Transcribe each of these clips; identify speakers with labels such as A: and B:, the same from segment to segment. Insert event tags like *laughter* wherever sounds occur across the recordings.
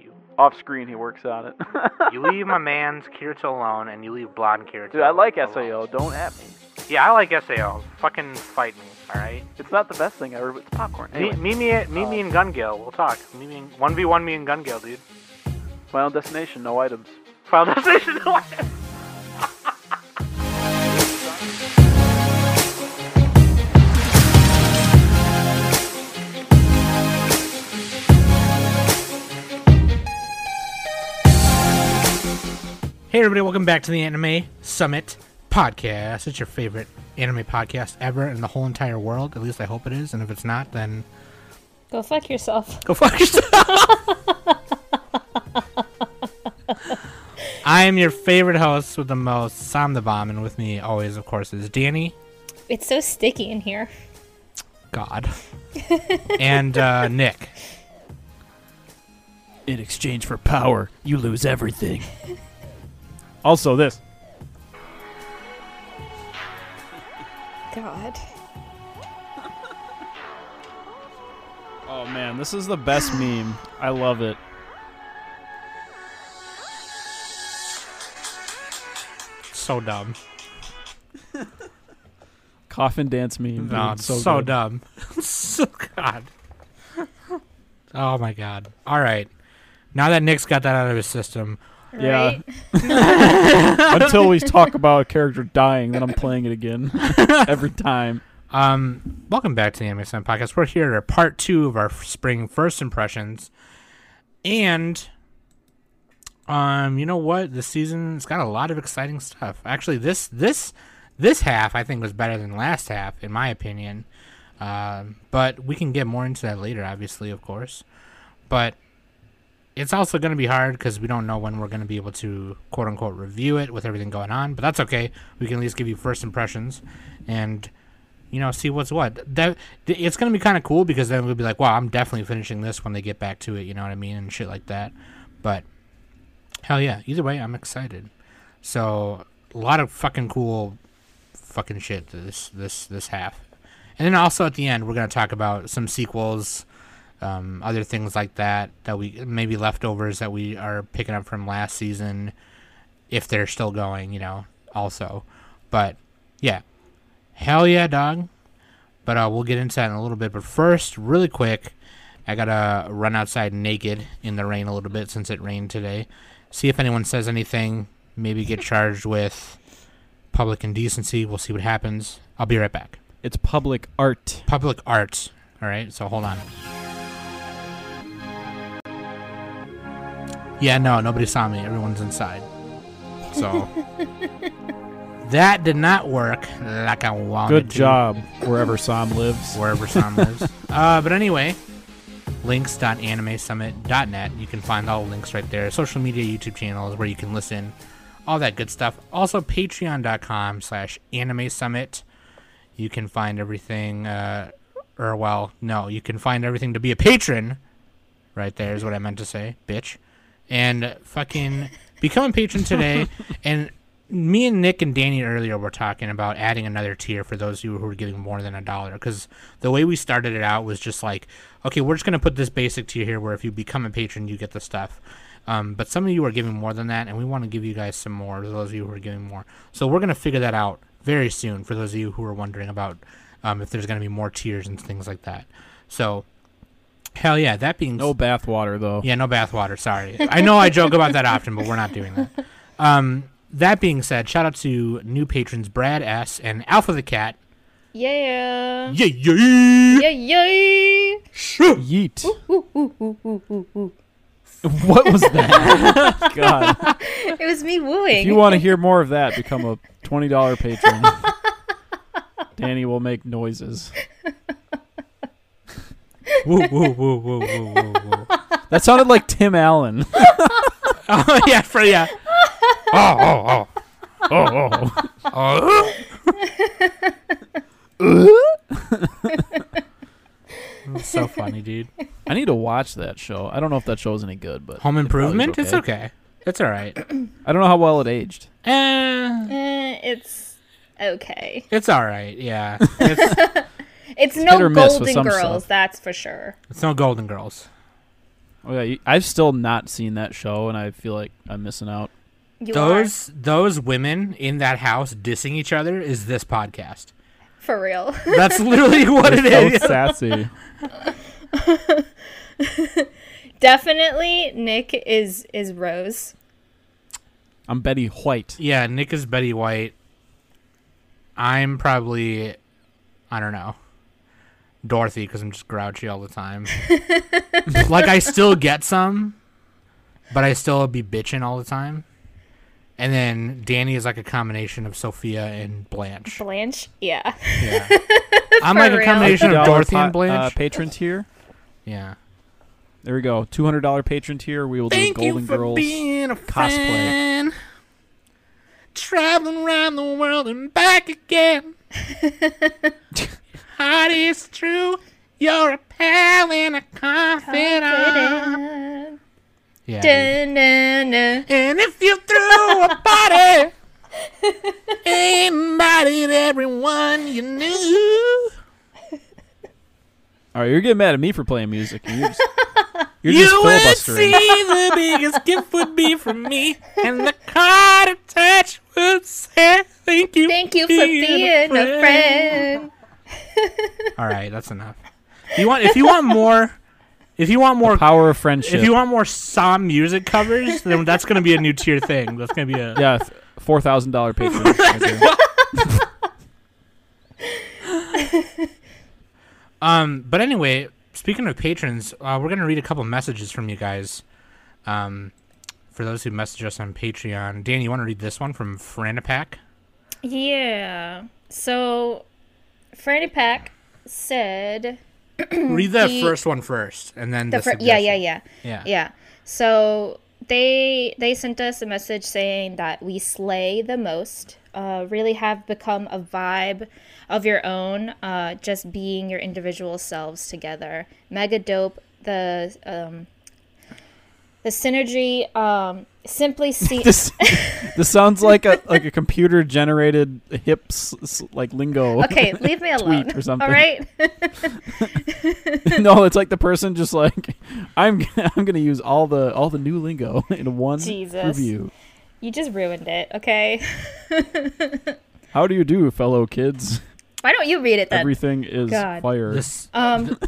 A: you.
B: Off screen, he works on it. *laughs*
A: You leave my man's Kirito alone, and you leave blonde Kirito.
B: Dude, I like
A: alone.
B: SAO. Don't at me.
A: Yeah, I like SAO. Fucking fight me, all right?
B: It's not the best thing ever, but it's popcorn.
A: Me
B: Anyway,
A: Meet me, at, meet me in Gun Gale. We'll talk. Meet me in, 1v1 me in Gun Gale, dude.
B: Final destination, no items.
A: Final destination.
C: Hey, everybody, welcome back to the Anime Summit podcast. It's your favorite anime podcast ever in the whole entire world. At least I hope it is. And if it's not, then
D: Go fuck yourself.
C: go fuck yourself. I am your favorite host with the most, Sam the Bomb, and with me always, of course, is Danny.
D: It's so sticky in here.
C: God. and uh, Nick.
E: In exchange for power, you lose everything. *laughs* also, this.
D: God.
E: Oh man, this is the best meme. I love it.
C: So dumb.
E: Coffin dance meme.
C: No,
E: dude.
C: it's so,
E: good.
C: dumb. *laughs* so God. Oh my God. All right. Now that Nick's got that out of his system,
E: Yeah.
D: Right?
C: *laughs*
E: Until we talk about a character dying, then I'm playing it again every time.
C: um, welcome back to the Anime Sun Podcast. We're here at part two of our spring first impressions, and um, you know what? The season's got a lot of exciting stuff. Actually, this this this half I think was better than last half, in my opinion. Um, but we can get more into that later, obviously, of course. But it's also going to be hard because we don't know when we're going to be able to quote unquote review it with everything going on. But that's okay. We can at least give you first impressions and you know see what's what. That th- it's going to be kind of cool because then we'll be like, wow, I'm definitely finishing this when they get back to it. You know what I mean and shit like that. But hell yeah, either way, I'm excited. So a lot of fucking cool fucking shit this this this half. And then also at the end, we're gonna talk about some sequels, um, other things like that that we maybe leftovers that we are picking up from last season, if they're still going, you know. Also, but yeah, hell yeah, dog. But uh, we'll get into that in a little bit. But first, really quick, I gotta run outside naked in the rain a little bit since it rained today. See if anyone says anything. Maybe get charged with public indecency. We'll see what happens. I'll be right back
E: It's public art.
C: public arts. All right, so hold on. Yeah, no, nobody saw me. Everyone's inside. So that did not work like I wanted.
E: Good
C: to,
E: job, wherever Sam lives.
C: Wherever Sam lives. *laughs* Uh, but anyway, links.animesummit.net. You can find all the links right there. Social media, YouTube channels where you can listen, all that good stuff. Also, patreon.com slash anime summit. You can find everything, uh, or well, no, you can find everything to be a patron. Right there is what I meant to say, bitch. And fucking become a patron today. and me and Nick and Danny earlier were talking about adding another tier for those of you who are giving more than a dollar. Because the way we started it out was just like, okay, we're just going to put this basic tier here where if you become a patron, you get the stuff. Um, but some of you are giving more than that, and we want to give you guys some more, those of you who are giving more. So we're going to figure that out very soon for those of you who are wondering about um, if there's going to be more tiers and things like that. So, hell yeah, that being
E: No bathwater though.
C: yeah, no bathwater. Sorry. I know I joke about that often, but we're not doing that. Um, that being said, shout out to new patrons Brad S and Alpha the Cat.
D: Yeah.
C: Yeah, yeah.
D: Yeah,
E: *laughs*
D: yeah.
E: Yeet.
D: Ooh, ooh, ooh, ooh, ooh, ooh.
E: What
C: *laughs*
E: was that? God.
D: It was me
E: If you
D: wooing.
E: want to hear more of that, become a twenty dollar
D: *laughs*
E: patron. Danny will make noises.
C: Woo, woo, woo, woo, woo, woo, woo. *laughs*
E: That sounded like Tim Allen.
C: Oh yeah, for *laughs* yeah. Oh, oh, oh.
E: oh, oh.
C: Oh. That's *laughs* so funny, dude.
E: I need to watch that show. I don't know if that show is any good, but
C: Home
E: it probably
C: improvement?
E: is
C: It's okay. It's all right.
E: I don't know how well it aged.
C: Eh,
D: Eh, it's okay.
C: it's all right. Yeah. It's,
D: It's
E: hit
D: no
E: or miss with some
D: Golden Girls,
E: stuff.
D: that's for sure.
C: It's no Golden Girls.
E: Oh yeah, you- I've still not seen that show, and I feel like I'm missing out.
D: You
C: those those women in that house dissing each other is this podcast.
D: are for real. *laughs*
C: That's
E: *laughs*
C: literally what it
E: They're
C: is. *laughs*
E: so sassy.
D: Definitely, Nick is is Rose.
E: I'm Betty White.
C: Yeah, Nick is Betty White. I'm probably, I don't know, Dorothy because I'm just grouchy all the
D: *laughs*
C: time. like I still get some, but I still be bitching all the time. And then Danny is like a combination of Sophia and
D: *laughs*
C: Blanche.
D: Blanche, yeah.
C: Yeah. I'm like a
D: real.
C: combination of
E: $50
C: Dorothy
E: pa-
C: and Blanche.
E: Uh, patron tier.
C: yeah.
E: There we go. Two hundred dollar patron tier. We will do Golden Girls.
C: a
E: cosplay.
C: friend. Traveling around the world and back
E: *laughs*
C: again. Heart is true. You're a pal and a confidant.
D: Dun,
C: Yeah.
D: dun, dun, dun.
C: And if you threw a party, ain't invited everyone you knew.
E: All right, you're getting mad at me for playing music. and
D: *laughs*
E: You're just, you're
C: You
E: just
C: would see
E: filibustering.
C: the biggest gift would be from me, and the card attached would say, "Thank you,
D: Thank you for being a friend.
C: All right, that's enough. If you want, if you want more, if you want more,
E: Power of friendship.
C: if you want more Psalm music covers, then that's gonna be a new tier thing. That's gonna be a
E: yeah, four thousand dollar patron.
D: *laughs*
E: right there.
C: Um, but anyway, speaking of patrons, uh, we're gonna read a couple messages from you guys. Um, for those who message us on Patreon, Dan, you want to read this one from Franapack?
D: Yeah. So, Franny Pack said
C: read the,
D: The-
C: first one first, and then
D: the
C: the
D: fir- yeah, yeah,
C: suggestion.
D: yeah,
C: yeah,
D: yeah. So they they sent us a message saying that we slay the most. Uh, really have become a vibe of your own. Uh, just being your individual selves together. Mega dope. The um, the synergy. Um,
E: *laughs*
D: simply see.
E: this this sounds like a like a computer generated hip s- s- like
D: *laughs*
E: lingo.
D: okay, leave
E: *laughs*
D: me alone.
E: or something.
D: All right.
E: no, it's like the person just like I'm g- *laughs* I'm gonna use all the all the new lingo *laughs* in one
D: Jesus.
E: review.
D: You just ruined it, okay? *laughs*
E: How do you do, fellow kids?
D: Why don't you read it then?
E: Everything is
D: God.
E: fire.
C: This
D: Um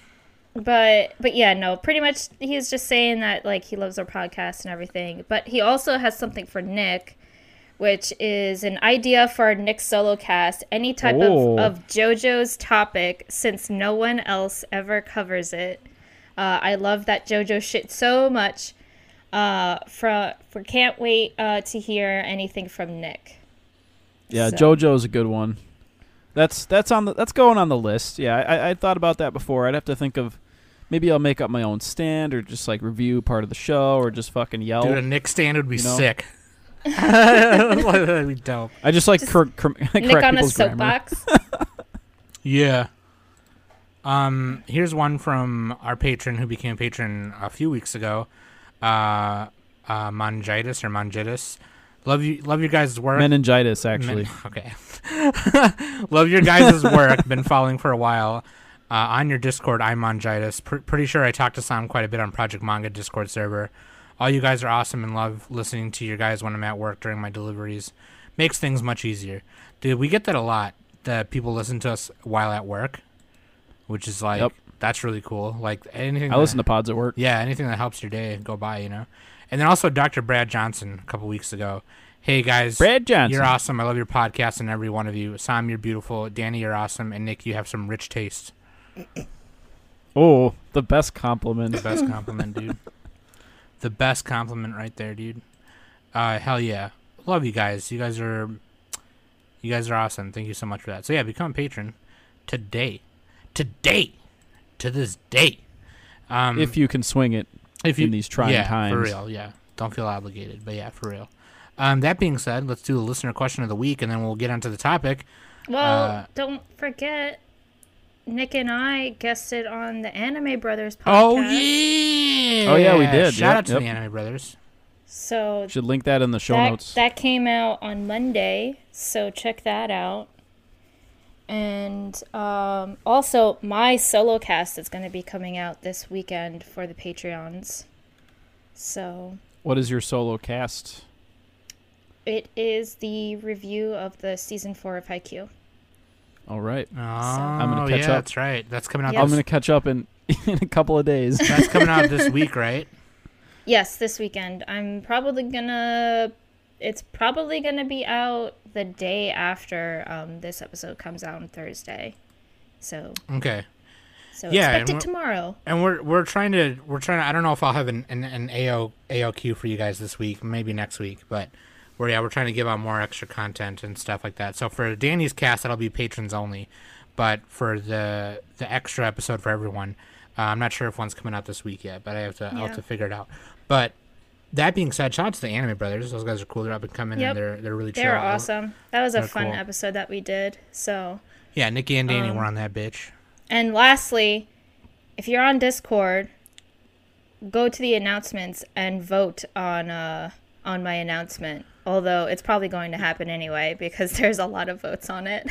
E: *laughs*
D: but but yeah, no, pretty much he's just saying that like he loves our podcast and everything. But he also has something for Nick, which is an idea for our Nick solo cast, any type
E: Oh.
D: of, of JoJo's topic since no one else ever covers it. Uh, I love that JoJo shit so much. Uh, for, for can't wait uh, to hear anything from Nick.
E: yeah,
D: so-
E: JoJo's a good one. That's that's on the that's going on the list. Yeah, I, I thought about that before. I'd have to think of maybe I'll make up my own stand or just like review part of the show or just fucking yell.
D: Oh.
C: dude, a Nick stand would be
E: You know?
C: sick. *laughs* That'd be dope.
E: I just like
D: Just
E: cor- cor- *laughs*
D: Nick
E: correct
D: on a
E: people's grammar.
D: soapbox.
C: Yeah. Um, here's one from our patron who became a patron a few weeks ago. Uh, uh Mangitis or Mangitis. Love you love your guys' work.
E: Meningitis,
C: Men- *laughs*
E: actually.
C: okay. love your
E: *laughs*
C: guys' work. Been following for a while. Uh, on your Discord, I'm Mongitis. Pr- pretty sure I talked to Sam quite a bit on Project Manga Discord server. All you guys are awesome and love listening to your guys when I'm at work during my deliveries. Makes things much easier. Dude, we get that a lot that people listen to us while at work, which is like,
E: Yep.
C: that's really cool. Like anything.
E: I
C: that-
E: listen to pods at work.
C: yeah, anything that helps your day go by, you know. And then also Dr. Brad Johnson a couple weeks ago. Hey guys,
E: Brad Johnson.
C: you're awesome. I love your podcast and every one of you. Sam, you're beautiful. Danny, you're awesome. And Nick, you have some rich taste.
E: Oh, the best compliment. *laughs*
C: Best compliment, dude. The best compliment right there, dude. Uh, hell yeah, love you guys. You guys are, you guys are awesome. Thank you so much for that. So yeah, become a patron today, today, to this day. Um,
E: if you can swing it.
C: if
E: in these trying
C: yeah,
E: times.
C: For real, yeah. Don't feel obligated, but yeah, for real. Um, that being said, let's do the listener question of the week, and then we'll get onto the topic.
D: Well,
C: Uh,
D: don't forget, Nick and I guested on the Anime Brothers podcast.
C: Oh yeah!
E: Oh, yeah, we did.
C: Shout
E: Yep,
C: out to
E: yep.
C: the Anime Brothers.
D: So
E: Should link that in the show
D: that,
E: notes.
D: that came out on Monday, so check that out. And um, also, my solo cast is going to be coming out this weekend for the Patreons. So
E: What is your solo cast?
D: it is the review of the season four of Haikyuu.
E: All right.
C: Oh,
D: I'm
E: gonna catch
C: yeah,
E: up.
C: that's right. That's coming out.
D: Yes.
E: I'm
C: This,
E: going to catch up in, *laughs* in a couple of days.
C: that's coming out this week, right?
D: Yes, this weekend. I'm probably gonna. It's probably gonna be out the day after um, this episode comes out on Thursday. So,
C: Okay.
D: so
C: Yeah, and
D: expect it
C: we're-
D: tomorrow.
C: And we're we're trying to we're trying to I don't know if I'll have an an, an AO AOQ for you guys this week, maybe next week, but we're yeah, we're trying to give out more extra content and stuff like that. So for Danny's cast that'll be patrons only. But for the the extra episode for everyone, uh, I'm not sure if one's coming out this week yet, but I have to I'll have
D: Yeah.
C: to figure it out. But that being said, shout out to the anime brothers. Those guys are cool. They're up and coming
D: Yep.
C: and they're they're really chill.
D: They're awesome. That was a
C: They're
D: fun
C: cool.
D: episode that we did. So,
C: Yeah, Nikki and
D: Um,
C: Danny were on that
D: *laughs*
C: bitch.
D: And lastly, if you're on Discord, go to the announcements and vote on uh, on my announcement. Although it's probably going to happen anyway because *laughs* there's a lot of votes on it.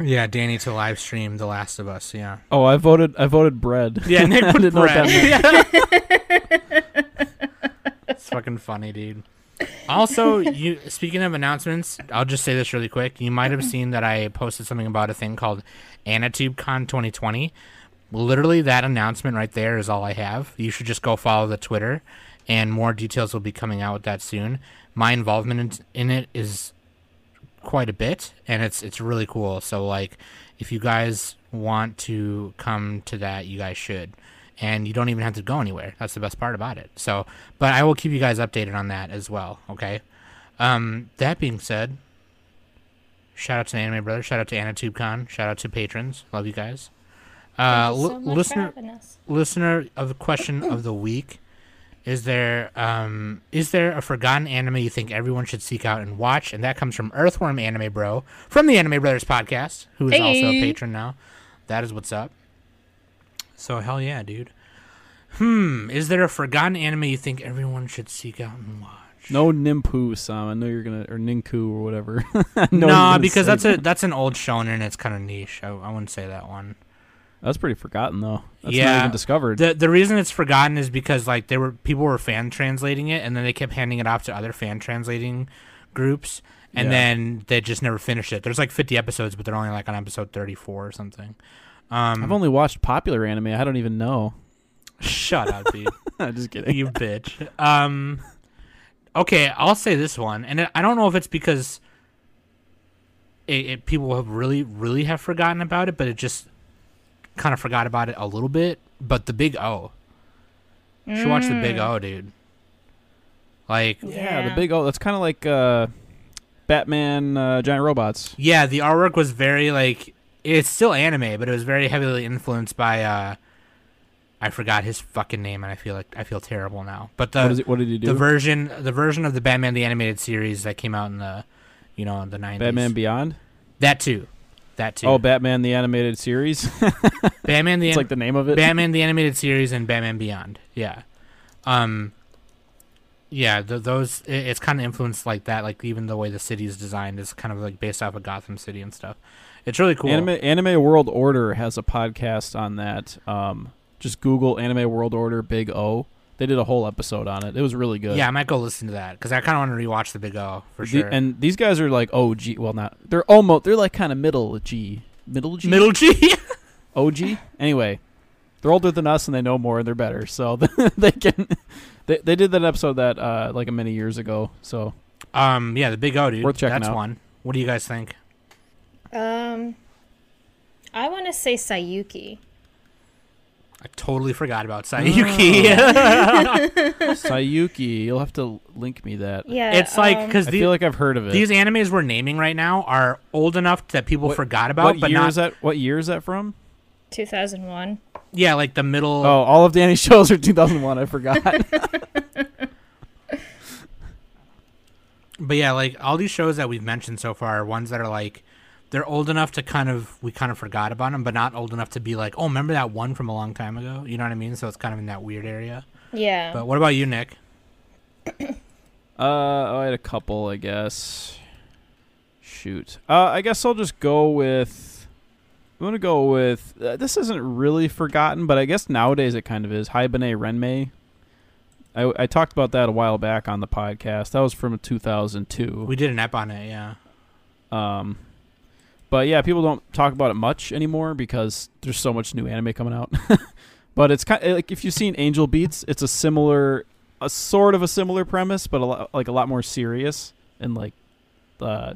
C: yeah, Danny to live stream The Last of Us, yeah.
E: Oh, I voted I voted bread.
C: Yeah,
E: *laughs*
C: and they
E: I
C: put
E: didn't know what that
C: bread.
E: meant.
C: *laughs* It's fucking funny, dude. Also, you speaking of announcements, I'll just say this really quick. You might have seen that I posted something about a thing called AnitubeCon 2020. Literally, that announcement right there is all I have. You should just go follow the Twitter, and more details will be coming out with that soon. My involvement in, in it is quite a bit, and it's it's really cool. So, like, if you guys want to come to that, you guys should and you don't even have to go anywhere. That's the best part about it. So, but I will keep you guys updated on that as well. Okay. Um, that being said, shout out to the Anime Brothers, shout out to AnitubeCon, shout out to patrons. Love you guys.
D: *laughs*
C: Uh, li- listener, listener of the question of the week is there um is there a forgotten anime you think everyone should seek out and watch and that comes from earthworm anime bro from the anime brothers podcast who is also a
D: Hey.
C: patron now that is what's up so hell yeah dude hmm is there a forgotten anime you think everyone should seek out and watch
E: No Nimpu, Sam. I know you're gonna or Ninku or whatever. *laughs* I know you're
C: no
E: gonna
C: because
E: say
C: that's
E: that.
C: a that's an old shonen it's kind of niche I, I wouldn't say that one
E: That's pretty forgotten though. That's not
C: Yeah.
E: even discovered.
C: The the reason it's forgotten is because like there were people were fan translating it, and then they kept handing it off to other fan translating groups, and
E: Yeah.
C: then they just never finished it. There's like 50 episodes, but they're only like on episode 34 or something. Um,
E: I've only watched popular anime. I don't even know. *laughs*
C: shut up, dude.
E: I'm just kidding.
C: you bitch. Um, okay, I'll say this one, and I don't know if it's because it, it people have really, really have forgotten about it, but it just kind of forgot about it a little bit. But the Big O, you should watch the Big O, dude. Like,
E: Yeah, the
D: Yeah.
E: big oh, that's kind of like uh, Batman, uh, giant robots.
C: yeah, the artwork was very like it's still anime, but it was very heavily influenced by uh, I forgot his fucking name, and I feel like I feel terrible now. But the
E: what, is it, what did he do?
C: the version the version of the Batman the animated series that came out in the you know in the nineties.
E: Batman Beyond.
C: that too, that too.
E: Oh, Batman the animated series. *laughs*
C: Batman the
E: it's
C: an-
E: like the name *laughs* of it.
C: Batman the animated series and Batman Beyond. Yeah, um, yeah. Th- those it, it's kind of influenced like that. Like even the way the city is designed is kind of like based off of Gotham City and stuff. It's really cool.
E: Anime Anime World Order has a podcast on that. Um, just Google Anime World Order Big O. They did a whole episode on it. It was really good.
C: yeah, I might go listen to that because I kind of want to rewatch the Big O for
E: The-
C: sure.
E: And these guys are like OG. Well, not they're almost they're like kind of middle G, middle G,
C: Middle G. *laughs*
E: OG. Anyway, they're older than us and they know more and they're better. So *laughs* they can. They, they did that episode that uh, like a many years ago.
C: *laughs*
E: So
C: um, yeah, the Big O, dude.
E: Worth checking
C: That's
E: out.
C: one. What do you guys think?
D: Um, I want to say Sayuki.
C: I totally forgot
E: *laughs*
C: about Sayuki.
E: Oh. Sayuki, you'll have to link me that.
C: *laughs*
D: Yeah,
C: it's like
D: um,
C: because
E: I
C: the,
E: feel like I've heard of it.
C: these animes we're naming right now are old enough that people
E: What-
C: forgot about,
E: what
C: but
E: year
C: not
E: is that? What year is that from?
D: 2001.
C: yeah, like the middle.
E: Oh, all of Danny's *laughs* shows are 2001. I forgot. *laughs*
C: But yeah, like all these shows that we've mentioned so far are ones that are like they're old enough to kind of we kind of forgot about them, but not old enough to be like, oh, remember that one from a long time ago? You know what I mean? So it's kind of in that weird area.
D: Yeah.
C: But what about you, Nick?
E: Uh, oh, I had a couple, I guess. shoot. Uh, I guess I'll just go with. I'm gonna go with. Uh, this isn't really forgotten, but I guess nowadays it kind of is. Hibernate Renmei. I, I talked about that a while back on the podcast. That was from 2002.
C: We did an app on it, yeah.
E: Um, but yeah, people don't talk about it much anymore because there's so much new anime coming out. *laughs* but it's kind of, like if you've seen Angel Beats, it's a similar, a sort of a similar premise, but a lot like a lot more serious and like uh,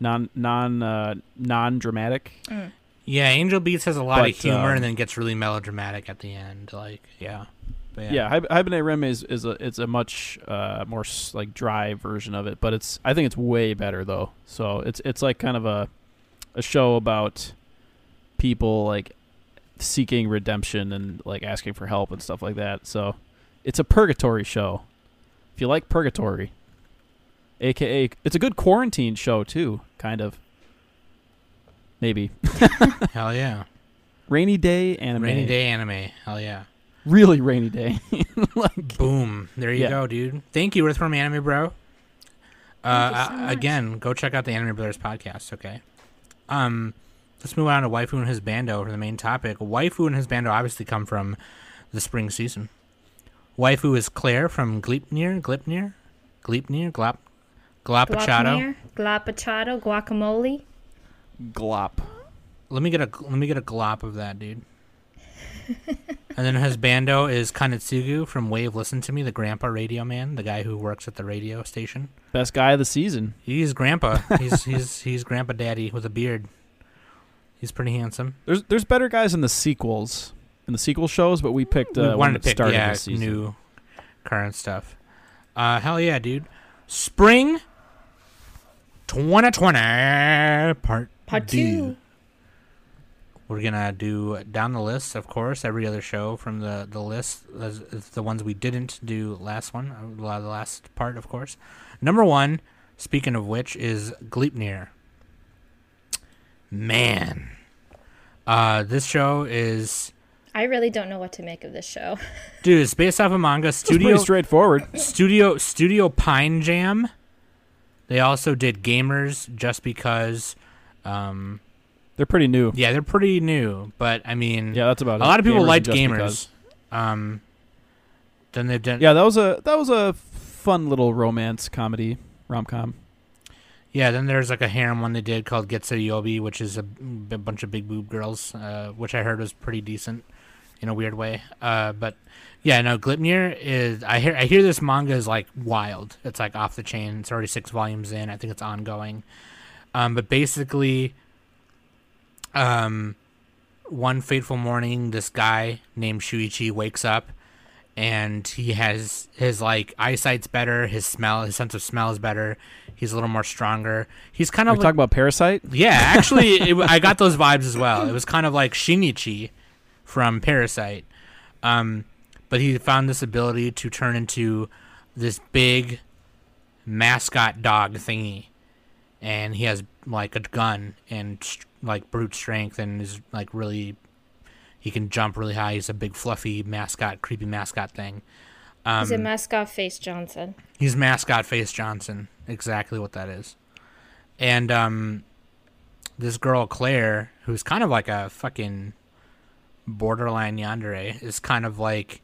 E: non non uh, non dramatic.
D: Mm.
C: Yeah, Angel Beats has a lot of
E: But,
C: humor
E: um,
C: and then gets really melodramatic at the end. Like, yeah. But,
E: Yeah, Hib- Hibernate Rem is, is a it's a much uh, more s- like dry version of it, but it's I think it's way better though. So it's it's like kind of a a show about people like seeking redemption and like asking for help and stuff like that. So it's a purgatory show. If you like purgatory, aka it's a good quarantine show too, kind of. Maybe
C: Hell yeah.
E: rainy day anime.
C: Rainy day anime. Hell yeah.
E: really rainy day. like
C: Boom. There you
E: Yeah.
C: go, dude. Thank you, Earthworm Anime Bro.
D: you
C: Uh,
D: so
C: uh,
D: much.
C: again, go check out the Anime Brothers podcast. Okay. Um, let's move on to waifu and his bando for the main topic. Waifu and his bando obviously come from the spring season. Waifu is Claire from Gleepnir, Glipnir, Gleepnir, Glop, Glopachado.
D: Glopnir, Glopachado, guacamole.
E: glop.
C: Let me get a let me get a glop of that, dude. *laughs* and then his bando is Kanetsugu from Wave Listen to Me, the grandpa radio man, the guy who works at the radio station.
E: Best guy of the season.
C: He's grandpa. He's *laughs* he's he's grandpa daddy with a beard. He's pretty handsome.
E: There's there's better guys in the sequels in the sequel shows, but we picked uh,
C: we
E: one
C: wanted to
E: that
C: pick
E: started
C: yeah,
E: this season.
C: new current stuff. Uh, hell yeah, dude! Spring 2020 part
D: Part
C: D.
D: two.
C: We're gonna do down the list, of course. Every other show from the the list is, is the ones we didn't do last one, uh, la- the last part, of course. Number one, speaking of which, is Gleipnir. Man, uh, this show is
D: I really don't know what to make of this show. *laughs*
C: dude. It's based off a manga
E: It's
C: studio
E: pretty straightforward.
C: studio studio Pine Jam. They also did Gamers, just because. Um,
E: They're pretty new.
C: yeah, they're pretty new, but I mean,
E: Yeah, that's about
C: a
E: it.
C: lot of people
E: Gamers
C: liked
E: and Just
C: gamers.
E: Because.
C: Um, then they've done yeah.
E: Yeah, that was a that was a fun little romance comedy rom com.
C: Then there's like a harem one they did called Getsu Yobi, which is a, b- bunch of big boob girls, uh, which I heard was pretty decent in a weird way. Uh, but yeah, no, Glipnir is I hear I hear this manga is like wild. It's like off the chain. It's already six volumes in. I think it's ongoing. Um, but basically, um, one fateful morning, this guy named Shuichi wakes up and he has his like eyesight's better, his smell, his sense of smell is better. He's a little more stronger. He's kind
E: We're
C: of
E: talking
C: like,
E: about Parasite.
C: yeah, actually, it, I got those vibes as well. It was kind of like Shinichi from Parasite, um, but he found this ability to turn into this big mascot dog thingy, and he has like a gun and s- like brute strength and is like really. He can jump really high. He's a big fluffy mascot, creepy mascot thing.
D: He's
C: Um,
D: a mascot face Johnson.
C: He's mascot face Johnson. Exactly what that is. And um, this girl Claire, who's kind of like a fucking borderline yandere, is kind of like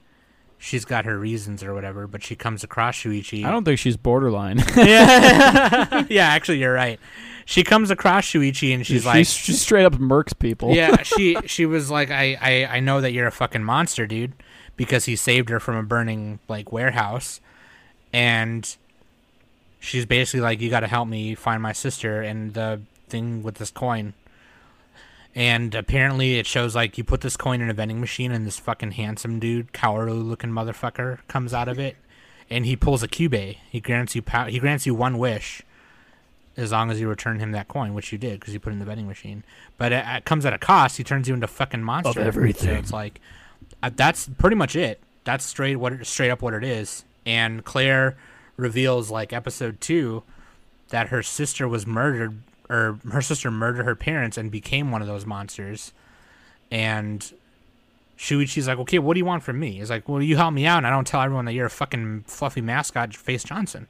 C: she's got her reasons or whatever, but she comes across Shuichi. *laughs*
E: I don't think she's borderline.
C: yeah. yeah, actually, you're right. She comes across Shuichi and she's
E: she's,
C: like,
E: *laughs* she straight up murks people.
C: yeah, she she was like, I, I I know that you're a fucking monster, dude, because he saved her from a burning like warehouse, and she's basically like, you got to help me find my sister and the thing with this coin. And apparently, it shows like you put this coin in a vending machine, and this fucking handsome dude, cowardly looking motherfucker, comes out of it, and he pulls a cube. He grants you pow- he grants you one wish, as long as you return him that coin, which you did because you put it in the vending machine. But it, it comes at a cost. He turns you into a fucking monster. So
E: everything.
C: it's like uh, that's pretty much it. That's straight what it, straight up what it is. And Claire reveals like episode two that her sister was murdered or her sister murdered her parents and became one of those monsters. And Shuichi's like, okay, what do you want from me? He's like, well, you help me out, and I don't tell everyone that you're a fucking fluffy mascot, Face Johnson.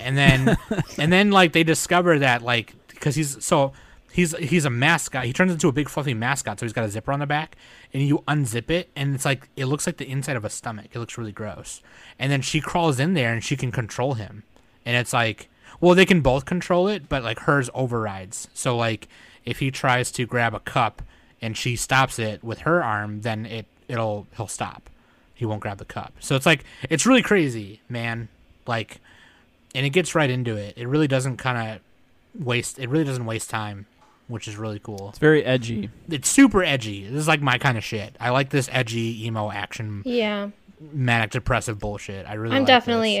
C: and then and then like they discover that like because he's so he's he's a mascot. He turns into a big fluffy mascot, so he's got a zipper on the back, and you unzip it, and it's like it looks like the inside of a stomach. It looks really gross. And then she crawls in there, and she can control him, and it's like well they can both control it, but like hers overrides. So like if he tries to grab a cup and she stops it with her arm, then it it'll he'll stop. He won't grab the cup. So it's like it's really crazy, man. Like and it gets right into it. It really doesn't kind of waste. It really doesn't waste time, which is really cool.
E: It's very edgy.
C: It's super edgy. This is like my kind of shit. I like this edgy emo action
D: Yeah.
C: manic depressive bullshit. I really.
D: I'm
C: like
D: definitely
C: this.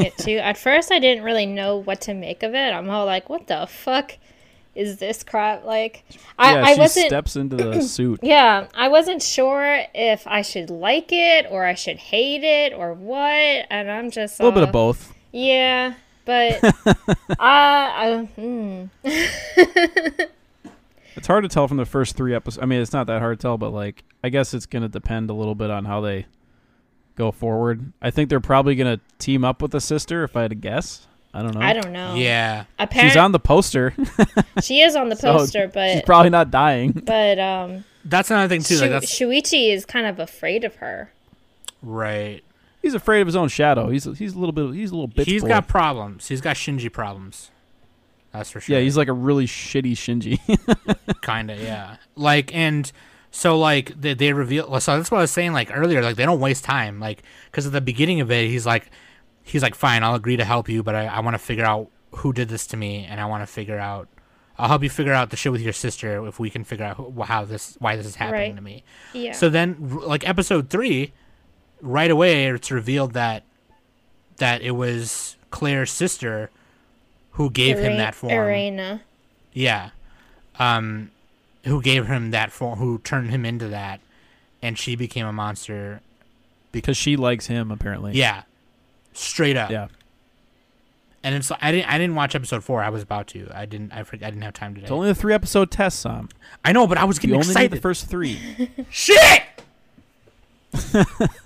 C: *laughs*
D: it too. At first, I didn't really know what to make of it. I'm all like, "What the fuck is this crap?" Like, I,
E: yeah,
D: I
E: she
D: wasn't.
E: steps into
D: *coughs*
E: the suit.
D: yeah, I wasn't sure if I should like it or I should hate it or what, and I'm just
E: A little bit
D: all-
E: of both.
D: Yeah,
E: *laughs*
D: but uh, I, hmm.
E: It's hard to tell from the first three episodes. I mean, it's not that hard to tell, but like, I guess it's going to depend a little bit on how they go forward. I think they're probably going to team up with a sister, if I had to guess. I don't know.
D: I don't know.
C: Yeah,
E: She's
D: apparently
E: on the poster. *laughs*
D: she is on the
E: so
D: poster,
E: She's
D: but
E: probably not dying. *laughs*
D: but um,
C: that's another thing too.
D: Shu-
C: Like that's
D: Shuichi is kind of afraid of her.
C: right.
E: He's afraid of his own shadow. He's he's a little bit. He's a little bitch.
C: He's
E: boy.
C: got problems. He's got Shinji problems. That's for sure.
E: Yeah, he's like a really shitty Shinji. *laughs*
C: kinda yeah like and so like they, they reveal so that's what i was saying like earlier like they don't waste time like because at the beginning of it he's like he's like fine i'll agree to help you but i, I want to figure out who did this to me and i want to figure out i'll help you figure out the shit with your sister if we can figure out who, how this why this is happening
D: Right.
C: to me
D: Yeah.
C: so then, r- like episode three, right away it's revealed that that it was Claire's sister who gave him
D: Ira-
C: that form.
D: Irena.
C: Yeah, um, who gave him that form? Who turned him into that? And she became a monster.
E: because she likes him apparently.
C: Yeah, straight up.
E: yeah.
C: And it's I didn't I didn't watch episode four. I was about to. I didn't I forg I didn't have time today.
E: It's only a three episode test, Sam.
C: I know, but I was
E: You
C: getting
E: only need
C: excited.
E: the first three. *laughs*
C: Shit!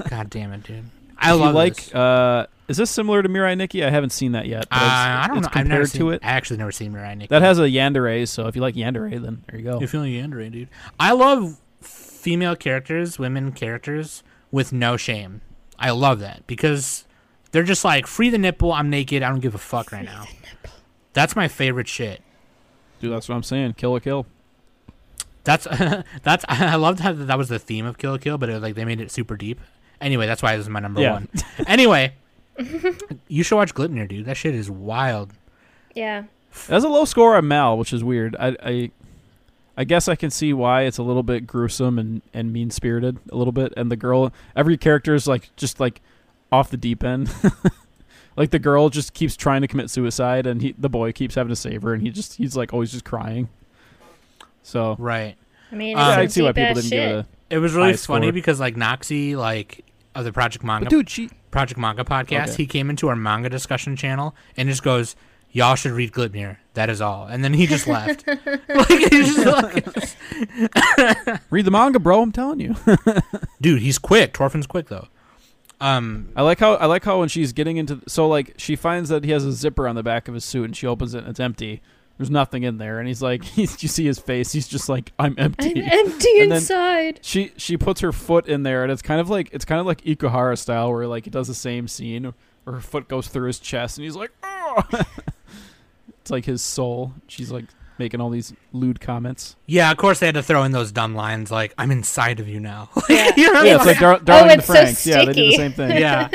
C: God damn it, dude! I
E: If you
C: love
E: like
C: this.
E: uh is this similar to Mirai Nikki? I haven't seen that yet. but
C: Uh,
E: it's-
C: I don't
E: it's
C: know. I've never
E: compared
C: seen,
E: to it.
C: I actually never seen Mirai Nikki.
E: That has a Yandere, so if you like Yandere, then there you go.
C: You're feeling Yandere, dude. I love female characters, women characters with no shame. I love that because they're just like free the nipple. I'm naked. I don't give a fuck right now. That's my favorite shit.
E: Dude, that's what I'm saying. Kill a kill.
C: That's *laughs* that's I loved how that was the theme of Kill la Kill, but it, like they made it super deep. Anyway, that's why this is my number
E: Yeah.
C: one. *laughs* Anyway, you should watch Glitner, dude. That shit is wild.
D: Yeah.
E: That's a low score on Mal, which is weird. I I, I guess I can see why it's a little bit gruesome and, and mean spirited a little bit. And the girl, every character is like just like off the deep end. *laughs* like the girl just keeps trying to commit suicide, and he the boy keeps having to save her, and he just he's like always just crying. So
C: Right.
D: I mean,
C: Um,
D: it's
E: yeah, I
D: some
E: can see why people
D: deep-ass
E: didn't
D: shit.
E: give it. a...
C: It was really
E: High score.
C: funny because like Noxie, like of the Project Manga
E: But dude, she
C: Project Manga podcast,
E: Okay.
C: he came into our manga discussion channel and just goes, "Y'all should read Glibnir. That is all." And then he just left.
E: *laughs*
C: like, he's just like-
E: read the manga, bro. I'm telling you.
C: *laughs* dude, he's quick. Torfin's quick though. Um,
E: I like how I like how when she's getting into so like she finds that he has a zipper on the back of his suit and she opens it and it's empty. There's nothing in there and he's like *laughs* he's, you see his face he's just like I'm
D: *laughs* I'm
E: empty.
D: empty
E: And then-
D: inside.
E: she she puts her foot in there and it's kind of like it's kind of like Ikuhara style where like it does the same scene where her foot goes through his chest and he's like oh. *laughs* it's like his soul. She's like making all these
C: *laughs*
E: lewd comments.
C: yeah, of course they had to throw in those dumb lines like, "I'm inside of you now." *laughs*
D: Yeah.
C: You know what I
E: Yeah,
C: mean?
E: it's like Dar- Darling
D: Oh, it's
E: the
D: so
E: Franks. yeah, they do the
D: sticky.
E: same thing.
C: Oh *laughs*
D: *laughs*
C: yeah.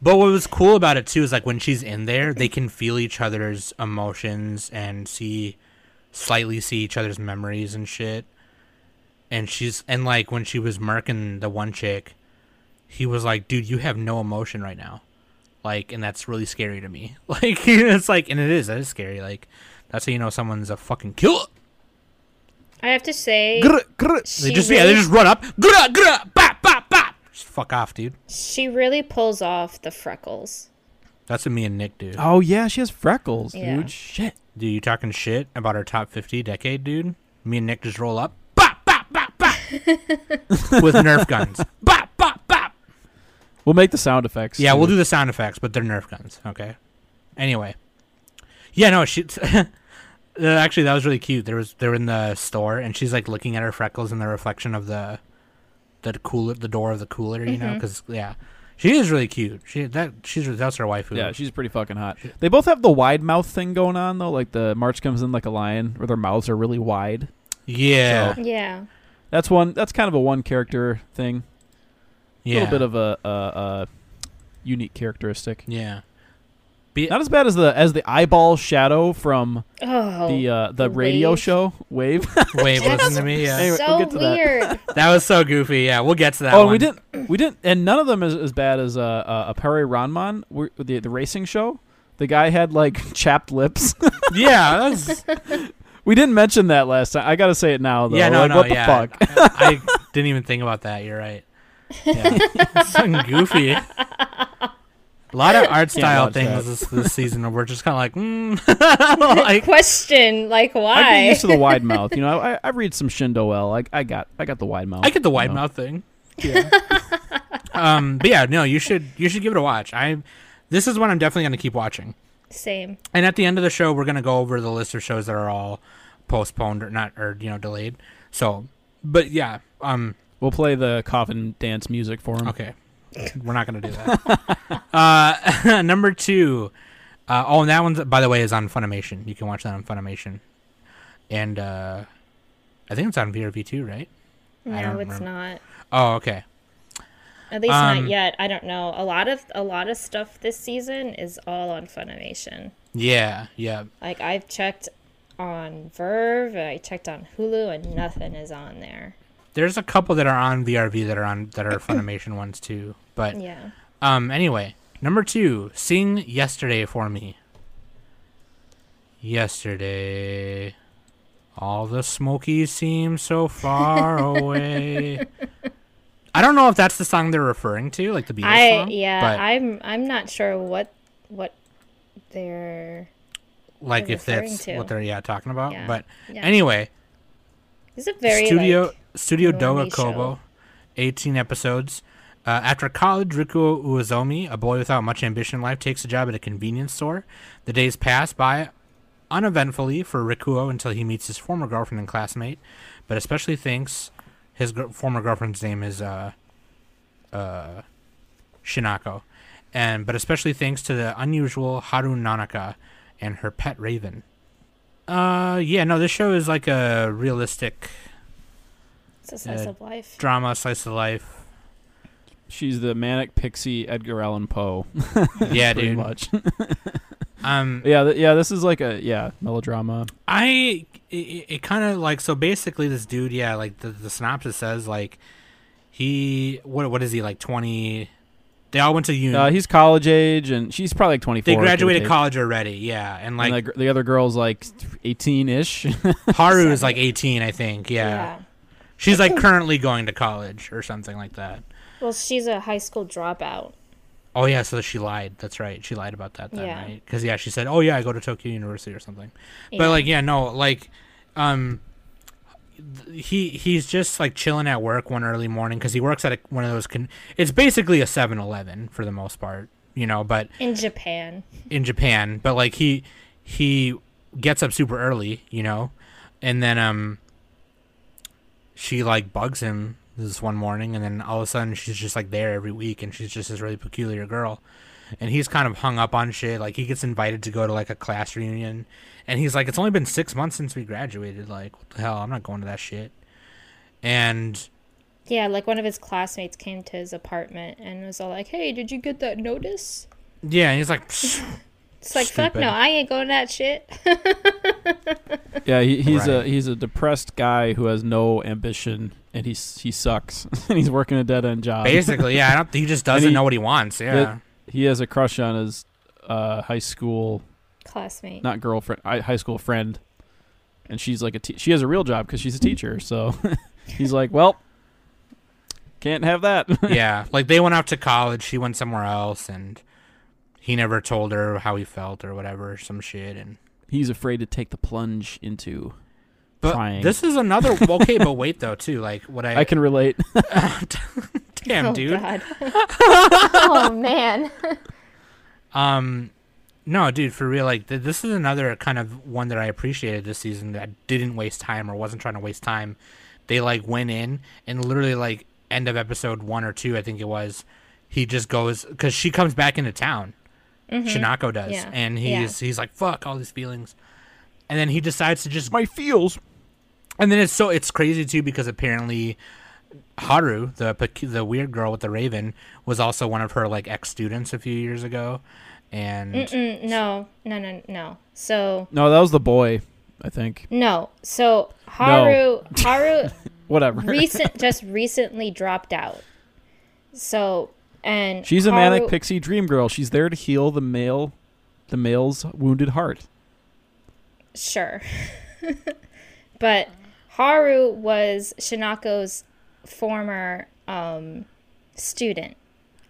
C: but what was cool about it too is like when she's in there, they can feel each other's emotions and see slightly see each other's memories and shit. And she's and like when she was marking the one chick, he was like, "Dude, you have no emotion right now." Like, and that's really scary to me. *laughs* Like, it's like, and it is. That is scary. Like, that's how you know someone's a fucking killer.
D: I have to say,
E: Grr, grr.
D: she,
C: They just,
D: really,
C: yeah, they just run up, grah, grah, bop, bop, bop. Just fuck off, dude.
D: she really pulls off the freckles.
C: That's what me and Nick do.
E: Oh yeah, she has freckles,
D: Yeah.
E: dude. Shit.
C: Dude, you talking shit about our top 50 decade, dude? Me and Nick just roll up. Bop, bop, bop,
E: *laughs*
C: bop. With Nerf guns. Bop, bop, bop.
E: We'll make the sound effects.
C: Yeah,
E: too.
C: we'll do the sound effects, but they're Nerf guns, okay? Anyway, yeah, no, she. *laughs* Uh, Actually, that was really cute. There was they're in the store, and she's like looking at her freckles in the reflection of the, the cooler, the door of the cooler. You know, 'cause know, because yeah, she is really cute. She that she's that's her waifu.
E: Yeah, she's pretty fucking hot. They both have the wide mouth thing going on though. Like the March comes in like a lion, where their mouths are really wide.
C: yeah,
E: so-
D: Yeah.
E: That's one. That's kind of a one character thing. A
C: yeah,
E: little bit of a, a, a unique characteristic.
C: yeah.
E: Not as bad as the as the eyeball shadow from
D: Oh.
E: the uh, the radio
D: Wave.
E: show wave.
C: Wave
D: That's
C: listen to me. Yeah,
E: Anyway,
D: so
E: we'll get to that.
D: weird.
E: *laughs*
C: that was so goofy. Yeah, we'll get to that.
E: oh,
C: Oh,
E: and we didn't we didn't, and none of them is as bad as uh, uh Apare Ranman we- the the racing show. The guy had like *laughs* chapped lips.
C: *laughs* Yeah, that was,
E: we didn't mention that last time. I gotta say it now though.
C: yeah, no,
E: Like,
C: no,
E: what the
C: yeah.
E: fuck?
C: *laughs* I didn't even think about that. You're right. Yeah. It's
E: *laughs*
C: something goofy. A lot of art style
E: watch that.
C: things this,
E: *laughs*
C: this season, and we're just kind of like, mm. *laughs* like,
D: Question
E: I
D: like
E: get
D: why?
E: used to the wide mouth. You know, I, I read some Shindo L. I, I got I got the wide mouth.
C: I get the wide
E: you know.
C: mouth thing. Yeah. *laughs* um, but yeah, no, you should you should give it a watch. I this is one I'm definitely going to keep watching.
D: Same.
C: And at the end of the show, we're going to go over the list of shows that are all postponed or not or you know delayed. So, but yeah, um,
E: We'll play the coffin dance music for him.
C: Okay. We're not going to do that. *laughs* uh, number two. Uh, oh, and that one, by the way, is on Funimation. You can watch that on Funimation. And uh, I think it's on VRV too, right? I
D: No,
C: don't
D: it's
C: remember.
D: not.
C: Oh, okay.
D: At least
C: Um,
D: not yet. I don't know. A lot of a lot of stuff this season is all on Funimation.
C: Yeah, yeah.
D: Like I've checked on Verve, I checked on Hulu, and nothing is on there.
C: There's a couple that are on VRV that are on that *coughs* are Funimation ones too. But
D: Yeah.
C: um, anyway, number two, sing yesterday for me. Yesterday, all the Smokies seem so
D: *laughs*
C: far away. I don't know if that's the song they're referring to, like the Beatles
D: I
C: song.
D: yeah.
C: but
D: I'm I'm not sure what what they're.
C: like if
D: referring
C: that's
D: to.
C: what they're yeah talking about.
D: Yeah,
C: But
D: yeah.
C: anyway,
D: Is it very
C: Studio
D: like,
C: Studio
D: normie
C: Doga Kobo,
D: show.
C: 18 episodes. Uh, after college, Rikuo Uezomi, a boy without much ambition in life, takes a job at a convenience store. The days pass by uneventfully for Rikuo until he meets his former girlfriend and classmate, but especially thinks his gr- former girlfriend's name is uh, uh, Shinako, and but especially thanks to the unusual Haru Nanaka and her pet raven. Uh, yeah, no, this show is like a realistic
D: it's a slice
C: uh,
D: of life?
C: drama slice of life.
E: She's the manic pixie Edgar Allan Poe.
C: Yeah,
E: *laughs* pretty
C: dude. *laughs*
E: much.
C: Um,
E: yeah, th- yeah. This is like a yeah melodrama.
C: I it, it kind of like so basically this dude, yeah, like the, the synopsis says like he what what is he like twenty? They all went to uni.
E: Uh, he's college age, and she's probably like twenty four.
C: they graduated college already, yeah, and like
E: and the, gr- the other girl's like eighteen ish.
C: Haru is like eighteen, I think. yeah.
D: yeah.
C: She's
E: *laughs*
C: like currently going to college or something like that.
D: Well, she's a high school dropout.
C: Oh yeah, so she lied. That's right. She lied about that then,
D: Yeah.
C: right? Because yeah, she said, "Oh yeah, I go to Tokyo University or something."
D: Yeah.
C: But like, yeah, no, like, um, th- he he's just like chilling at work one early morning because he works at a, one of those. Con- it's basically a 7-Eleven for the most part, you know. But
D: in Japan.
C: in Japan, but like he he gets up super early, you know, and then um she like bugs him this one morning, and then all of a sudden she's just like there every week, and she's just this really peculiar girl, and he's kind of hung up on shit. Like he gets invited to go to like a class reunion, and he's like, "It's only been six months since we graduated. Like what the hell? I'm not going to that shit." And
D: Yeah, like one of his classmates came to his apartment and was all like, "Hey, did you get that notice?"
C: yeah, and he's like, "Psh,
D: It's like, "Fuck
C: Stupid.
D: no, I ain't going to that shit."
E: *laughs*
D: *laughs*
E: yeah, he, he's a
C: Right.
E: he's a depressed guy who has no ambition, and he's he sucks, *laughs* and he's working a dead end job.
C: basically, yeah, I don't, he just doesn't
E: he-
C: know what he wants. Yeah,
E: he has a crush on his uh, high school
D: Classmate.
E: not girlfriend, I, high school friend, and she's like a te- she has a real job because she's a teacher. So *laughs* he's like, well, can't have that. *laughs*
C: yeah, like they went off to college. She went somewhere else, and he never told her how he felt or whatever, or some shit. And
E: he's afraid to take the plunge into.
C: but
E: Trying.
C: this is another okay, but wait though too. Like what I,
E: I can relate.
C: damn
E: *laughs*
D: oh
C: dude.
D: god. oh man.
C: Um, No, dude, for real. Like th- this is another kind of one that I appreciated this season that didn't waste time or wasn't trying to waste time. They like went in and literally like end of episode one or two, I think it was. He just goes because she comes back into town. Shinako does,
D: Mm-hmm. Yeah.
C: and
D: Yeah.
C: he's he's like fuck all these feelings, and then he decides to just
E: My feels.
C: and then it's so it's crazy too because apparently Haru, the pe- the weird girl with the raven, was also one of her like ex students a few years ago, and
D: *laughs* Mm, no, no, no, no. So
E: No, that was the boy. I think.
D: no. So Haru Haru
E: Whatever.
D: recent just recently dropped out. So
E: *laughs*
D: and
E: She's a
D: Haru-
E: manic pixie dream girl. She's there to heal the male, the male's wounded heart.
D: Sure. *laughs* but Haru was Shinako's former um, student.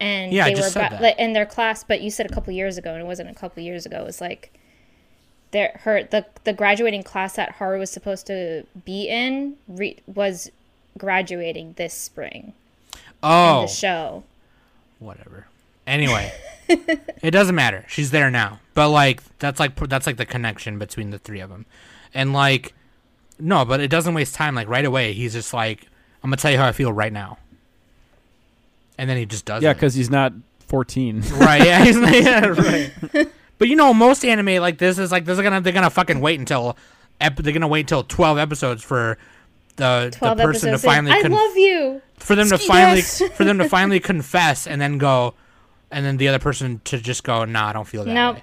D: And
C: Yeah, I
D: they
C: just
D: were
C: said
D: ba-
C: that.
D: like, in their class, but you said a couple years ago, and it wasn't a couple years ago. It was like their her the the graduating class that Haru was supposed to be in re- was graduating this spring in
C: oh
D: the show.
C: whatever. Anyway, *laughs* it doesn't matter. She's there now, but like that's like pr- that's like the connection between the three of them, and like no, but it doesn't waste time. Like right away, he's just like I'm gonna tell you how I feel right now, and then he just does.
E: Yeah,
C: it.
E: because he's not fourteen.
C: right? Yeah, he's not,
E: *laughs*
C: yeah, right. But you know, most anime like this is like this is gonna they're gonna fucking wait until ep- they're gonna wait until twelve episodes for the the
D: Twelve
C: person to
D: episodes. in,
C: finally
D: I
C: con-
D: love you.
C: for them to
D: Ski
C: finally
D: dust.
C: *laughs* for them to
D: *laughs*
C: finally confess and then go and then the other person to just go nah I don't feel that
D: Nope.
C: way,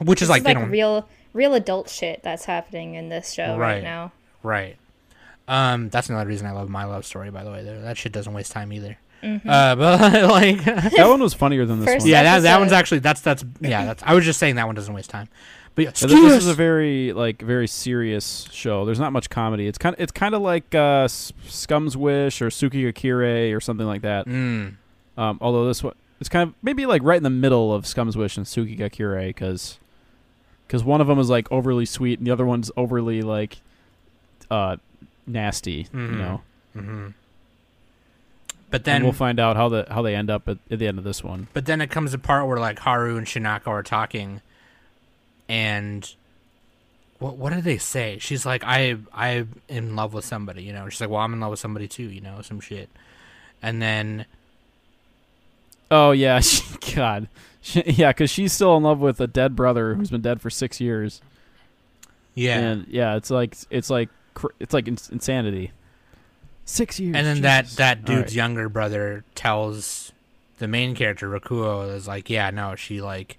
C: which is
D: It's
C: like,
D: like
C: they don't
D: real real adult shit that's happening in this show
C: Right.
D: right now.
C: right. Um, that's another reason I love my love story. By the way, There- that shit doesn't waste time either.
D: Mm-hmm.
C: Uh, *laughs* but
D: *laughs*
C: like.
E: that one was funnier than this
D: First-
E: one.
C: yeah, that, that
D: episode.
C: one's actually that's that's yeah. That's I was just saying that one doesn't waste time, but yeah,
E: But This, this is
C: excuse-
E: a very like very serious show. There's not much comedy. It's kind of it's kind of like uh, S- Scum's Wish or Suki Akire or something like that.
C: Mm.
E: Um, although this one, it's kind of maybe like right in the middle of Scum's Wish and Suki Akire because one of them is like overly sweet and the other one's overly like uh, nasty. You
C: Mhm.
E: know,
C: hmm But
E: Mm-hmm. and
C: then,
E: we'll find out how the how they end up at, at the end of this one.
C: but then it comes a part where like Haru and Shinako are talking, and what what do they say? She's like, I I'm in love with somebody, you know. She's like, well, I'm in love with somebody too, you know, some shit. And then
E: Oh yeah, *laughs* she, God, she, yeah, because she's still in love with a dead brother who's been dead for six years.
C: yeah, and,
E: and yeah, it's like it's like cr- it's like ins- insanity. Six years.
C: then that
E: Jesus.
C: that
E: All
C: dude's
E: right.
C: younger brother tells the main character Rakuo is like, yeah, no, she like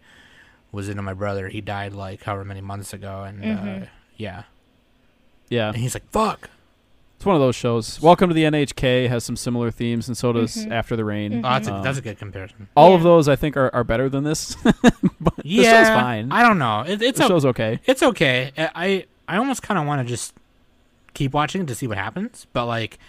C: was into my brother. He died like however many months ago, and uh,
D: Mhm.
C: yeah,
E: yeah,
C: and he's like, fuck.
E: it's one of those shows. Welcome to the NHK has some similar themes, and so does
D: Mhm.
E: After the Rain.
D: Mhm.
C: Oh, that's a,
E: Um,
C: that's a good
E: *laughs*
C: comparison.
E: All of
D: Yeah.
E: those I think are, are better than this. *laughs* but
C: Yeah,
E: this show's fine.
C: I don't know. It, it's
E: this
C: o-
E: show's okay.
C: it's okay. I I I almost kind of want to just keep watching to see what happens, but like,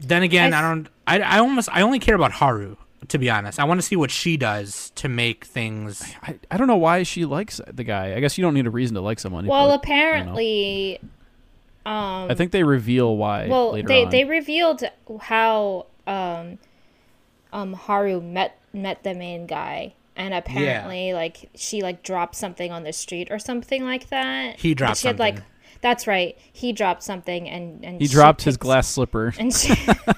C: then again, I,
D: I f-
C: don't. I I almost I only care about Haru to be honest. I want to see what she does to make things.
E: I, I don't know why she likes the guy. I guess you don't need a reason to like someone. if
D: Well,
E: you-
D: apparently, um,
E: I think they reveal why.
D: well,
E: later
D: they
E: on.
D: they revealed how um, um, Haru met met the main guy, and apparently, like she like dropped something on the street or something like that.
C: He
D: But
C: dropped
D: she had, like,
C: something.
D: that's right. He dropped something, and and
E: he
D: she
E: dropped his
D: picked-
E: glass slipper. *laughs*
D: and she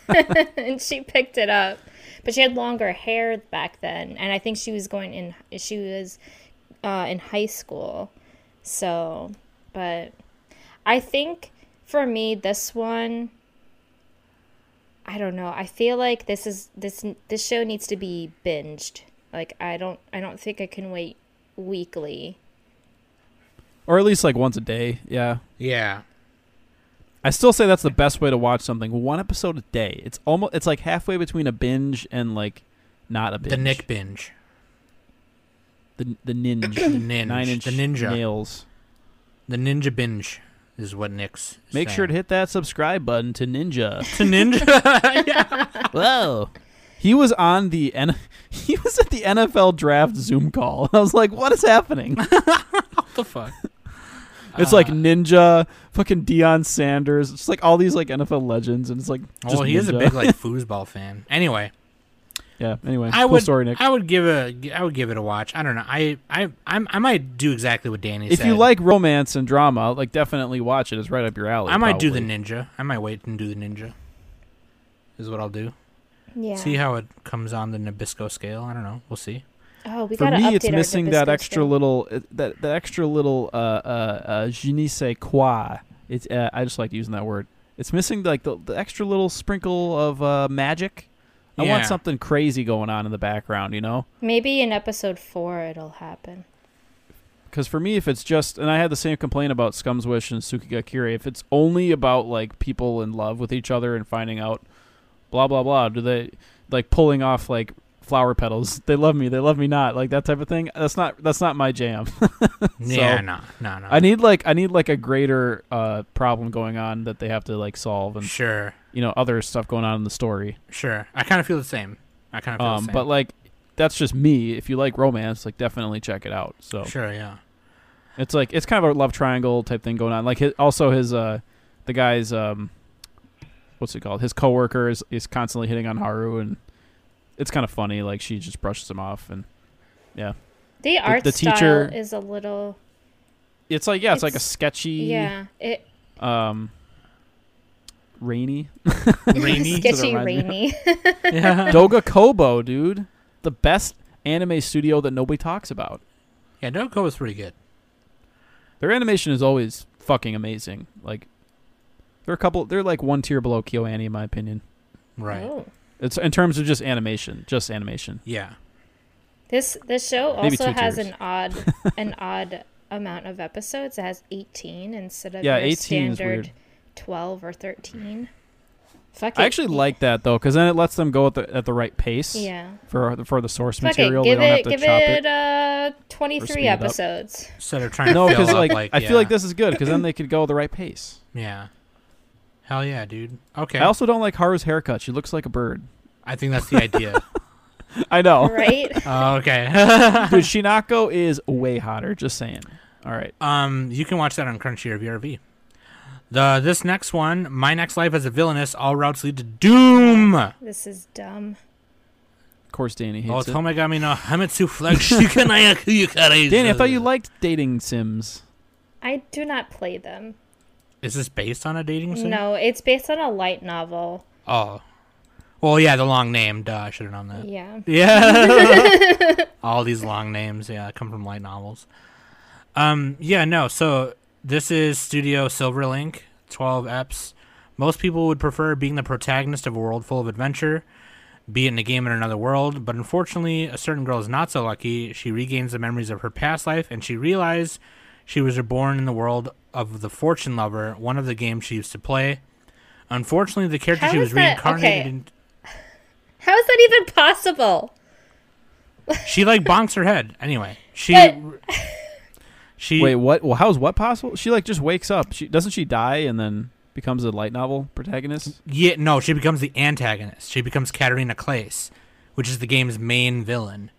D: *laughs* and she picked it up. But she had longer hair back then, and I think she was going in. She was uh, in high school, so. But I think for me, this one. I don't know. I feel like this is this this show needs to be binged. Like I don't I don't think I can wait weekly.
E: Or at least like once a day. Yeah.
C: Yeah,
E: I still say that's the best way to watch something. One episode a day. It's almost it's like halfway between a binge and like not a binge.
C: the Nick binge,
E: the the
C: the
E: ninja *coughs*
C: ninja,
E: nine inch
C: the ninja,
E: nails.
C: the ninja binge is what Nick's.
E: Make sure to
C: saying.
E: hit that subscribe button to Ninja.
C: *laughs* to ninja. *laughs* yeah.
E: *laughs* Whoa. He was on the N- *laughs* he was at the NFL draft Zoom call. *laughs* I was like, what
C: *laughs*
E: is happening?
C: What the fuck?
E: It's like
C: Uh,
E: Ninja, fucking Deion Sanders, it's like all these like NFL legends, and it's like just
C: well, he is a
E: Ninja.
C: big like foosball fan. Anyway,
E: Yeah. Anyway,
C: I
E: cool
C: would
E: story, Nick.
C: I would give a I would give it a watch. I don't know. I I I'm, I might do exactly what Danny
E: if
C: said.
E: you like romance and drama, like definitely watch it. It's right up your alley.
C: I might do the
E: probably.
C: ninja. I might wait and do the ninja. Is what I'll do.
D: Yeah.
C: See how it comes on the Nabisco scale. I don't know. We'll
E: *laughs*
C: see.
D: oh, we
E: For
D: gotta
E: me,
D: update
E: it's
D: our
E: missing that
D: Nabisco
E: extra
D: scale.
E: little, it- that that extra little uh, uh, uh, je ne sais quoi. It's uh, I just like using that word. It's missing like the, the extra little sprinkle of uh, magic. I
C: Yeah.
E: want something crazy going on in the background, you know.
D: Maybe in episode four it'll happen.
E: Because for me, if it's just, and I had the same complaint about Scum's Wish and Tsukigakure, if it's only about like people in love with each other and finding out, blah blah blah, do they like pulling off like flower petals? *laughs* They love me, they love me not, like that type of thing. That's not that's not my jam.
C: yeah, no, no, no.
E: I need like I need like a greater uh, problem going on that they have to like solve, and
C: sure,
E: you know other stuff going on in the story.
C: sure. I kind of feel the same. I kind of feel the
E: Um,
C: same.
E: but like that's just me. If you like romance, like definitely check it out. So
C: sure,
E: *laughs*
C: yeah.
E: It's like it's kind of a love triangle type thing going on. Like his, also his uh the guy's um what's it called? His coworker is, is constantly hitting on Haru and it's kind of funny like she just brushes him off and
D: The art
E: the
D: style
E: teacher-
D: is a little
E: it's like yeah, it's, like a
D: It's-
E: sketchy
D: yeah. It
E: um rainy
C: *laughs*
E: *laughs*
D: *laughs*
C: Rainy.
E: Skip-
D: sketchy,
E: reminds me of-
D: rainy.
C: yeah,
E: *laughs* Doga Kobo, dude. The best anime studio that nobody talks about.
C: yeah. Doko was pretty good.
E: Their animation is always fucking amazing. Like they're a couple they're like one tier below KyoAni in my opinion.
C: *laughs* Right.
D: Oh.
E: It's in terms of just animation, just animation.
C: Yeah.
D: This this show
E: Maybe
D: also
E: two
D: has
E: tiers.
D: an odd
E: *laughs*
D: an odd amount of episodes. It has eighteen instead of
E: Yeah,
D: your
E: 18 is
D: standard
E: weird.
D: twelve or thirteen. Fuck it.
E: I actually like that though, because then it lets them go at the at the right pace.
D: Yeah.
E: For for the source
D: Fuck it.
E: material,
D: Give
E: they don't have
D: it give
E: to chop it.
D: *laughs* it uh twenty
E: speed
D: three
E: it up. *laughs*
D: episodes.
C: So they're trying to
E: No,
C: fill
E: because
C: up,
E: like,
C: like,
E: I
C: yeah.
E: feel like this is good because then they could go the right pace.
C: Yeah. Hell yeah, dude. Okay.
E: I also don't like Haru's haircut. She looks like a bird.
C: I think that's the idea.
E: *laughs* I know,
D: Right?
C: oh, okay.
E: *laughs*
C: *laughs*
E: dude. Shinako is way hotter. Just saying. All right.
C: um, you can watch that on Crunchy or VRV. The this next one, my next life as a villainess, all routes lead to doom.
D: this is dumb.
E: Of course, Danny
C: Oh,
E: hates it.
C: Tomegami no Hamitsu flag shikanai yukari.
E: *laughs* Danny, I thought you liked dating sims.
D: I do not play them.
C: Is this based on a dating sim?
D: No, it's based on a light novel.
C: Oh. Well, yeah, the long name. Duh, I should have known that.
D: Yeah.
C: Yeah. All these long names, yeah, come from light novels. Um, yeah, no. So this is Studio Silverlink, 12 eps. Most people would prefer being the protagonist of a world full of adventure, be it in a game in another world, but unfortunately, a certain girl is not so lucky. She regains the memories of her past life and she realized she was reborn in the world of the Fortune Lover, one of the games she used to play. Unfortunately, the character
D: How
C: she
D: is
C: was
D: that-
C: reincarnated
D: okay.
C: in
D: How is that even possible?
C: She like bonks her head. Anyway, she
D: But-
C: *laughs* she
E: Wait, what? Well, how's what possible? She like just wakes up. She doesn't she die and then becomes a light novel protagonist.
C: yeah no she becomes the antagonist. She becomes Katarina Clace, which is the game's main villain.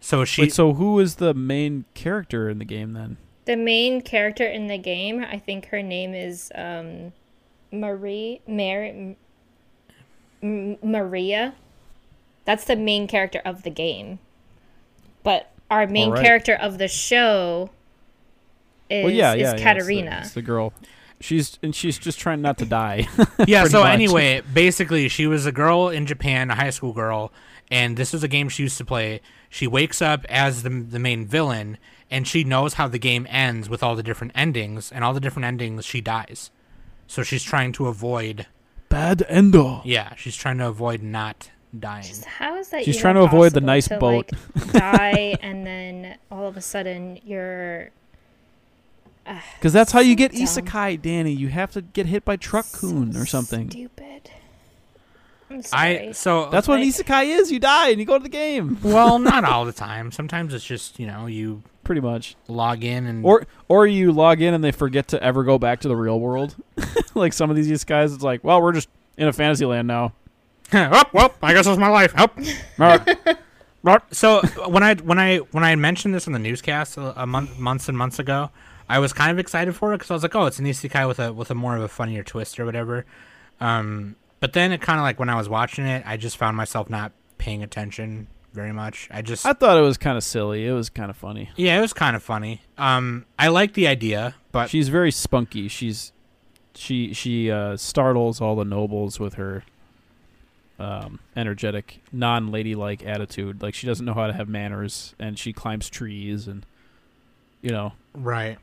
C: So she
E: Wait, so who is the main character in the game then?
D: The main character in the game, I think her name is um, Marie Mary M- Maria. That's the main character of the game. But our main
E: Alright.
D: character of the show is, is
E: it's the-
D: Katarina.
E: It's the, girl. She's and she's just trying not to die.
C: *laughs* yeah.
E: pretty
C: So
E: much.
C: anyway, basically she was a girl in Japan, a high school girl, and this was a game she used to play. She wakes up as the the main villain, and she knows how the game ends with all the different endings, and all the different endings she dies. So she's trying to avoid.
E: *laughs* Bad endo.
C: Yeah, she's trying to avoid not dying.
D: Just How is that?
E: She's
D: even
E: trying to avoid the
D: possible
E: nice
D: to,
E: boat. *laughs*
D: Like, die and then all of a sudden you're
E: Because that's how you get
D: Dumb.
E: isekai, Danny. You have to get hit by truck coon or something.
D: stupid. I'm sorry.
C: I so
E: That's what an
D: Like-
E: isekai is. You die and you go to the game.
C: well, not all the time. Sometimes it's just you know you
E: Pretty much.
C: log in and
E: Or or you log in and they forget to ever go back to the real world. *laughs* like some of these isekais, it's like, well, we're just in a fantasy land now.
C: *laughs* oh, well, I guess that's my life. Oh.
E: Mar-
C: So when I when I when I mentioned this on the newscast a, a month months and months ago, I was kind of excited for it because I was like, oh, it's an isekai with a with a more of a funnier twist or whatever. Um, but then it kind of like when I was watching it, I just found myself not paying attention very much. I just
E: I thought it was kind of silly. It was kind of funny.
C: yeah, it was kind of funny. Um, I like the idea, but
E: She's very spunky. She's she she uh, startles all the nobles with her um, energetic, non ladylike attitude. Like she doesn't know how to have manners, and she climbs trees, and you know
C: right.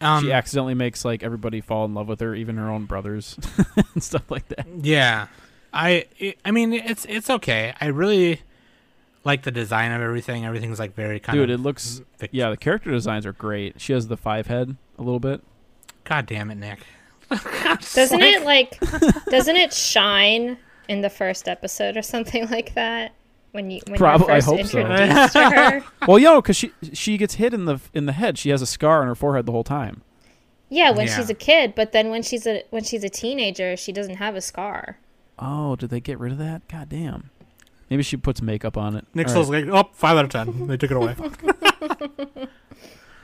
C: Um,
E: she accidentally makes like everybody fall in love with her, even her own brothers *laughs* and stuff like that.
C: Yeah, I it, I mean it's it's okay. I really like the design of everything. Everything's like very kind
E: Dude,
C: of
E: it looks
C: fic-
E: yeah. The character designs are great. She has the five head a little bit.
C: God damn it, Nick. *laughs*
D: Doesn't it like
E: *laughs*
D: doesn't it shine in the first episode or something *laughs* like that? When you when
E: Prob- I
D: you're first
E: hope so.
D: introduced
E: *laughs*
D: to her.
E: Well, yo, because she she gets hit in the in the head. She has a scar on her forehead the whole time.
D: Yeah, when
C: Yeah.
D: she's a kid, but then when she's a when she's a teenager, she doesn't have a scar.
E: Oh, did they get rid of that? God damn. Maybe she puts makeup on it.
C: Nick's
E: All right.
C: like, oh, five out of ten. They took it
D: *laughs*
C: away.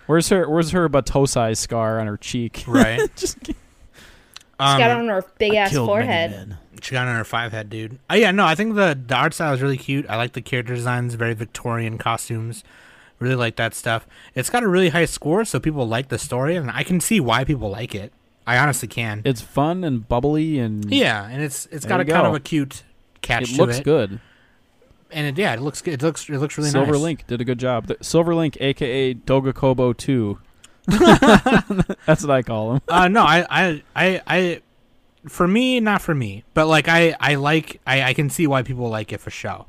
E: Where's her Where's her Batosai scar on her cheek?
C: right.
E: *laughs* Just kidding.
D: She
C: Um,
D: got it on her big ass
E: Killed many
D: forehead.
E: men.
C: She got on her five head, dude. Oh yeah, no, I think the, the art style is really cute. I like the character designs, very Victorian costumes. Really like that stuff. It's got a really high score, so people like the story, and I can see why people like it. I honestly can.
E: It's fun and bubbly and
C: yeah, and it's it's got
E: Mm. There
C: a
E: you
C: kind
E: go.
C: of a cute catch
E: it
C: to
E: looks
C: it,
E: good.
C: and it, yeah, it looks good. It looks it looks really
E: Silver
C: nice.
E: Link did a good job. The- Silver Link, aka
C: *laughs*
E: Dogakobo Two. *laughs* That's what I call him.
C: uh no I, I i i for me not for me but like i i like i i can see why people like it for show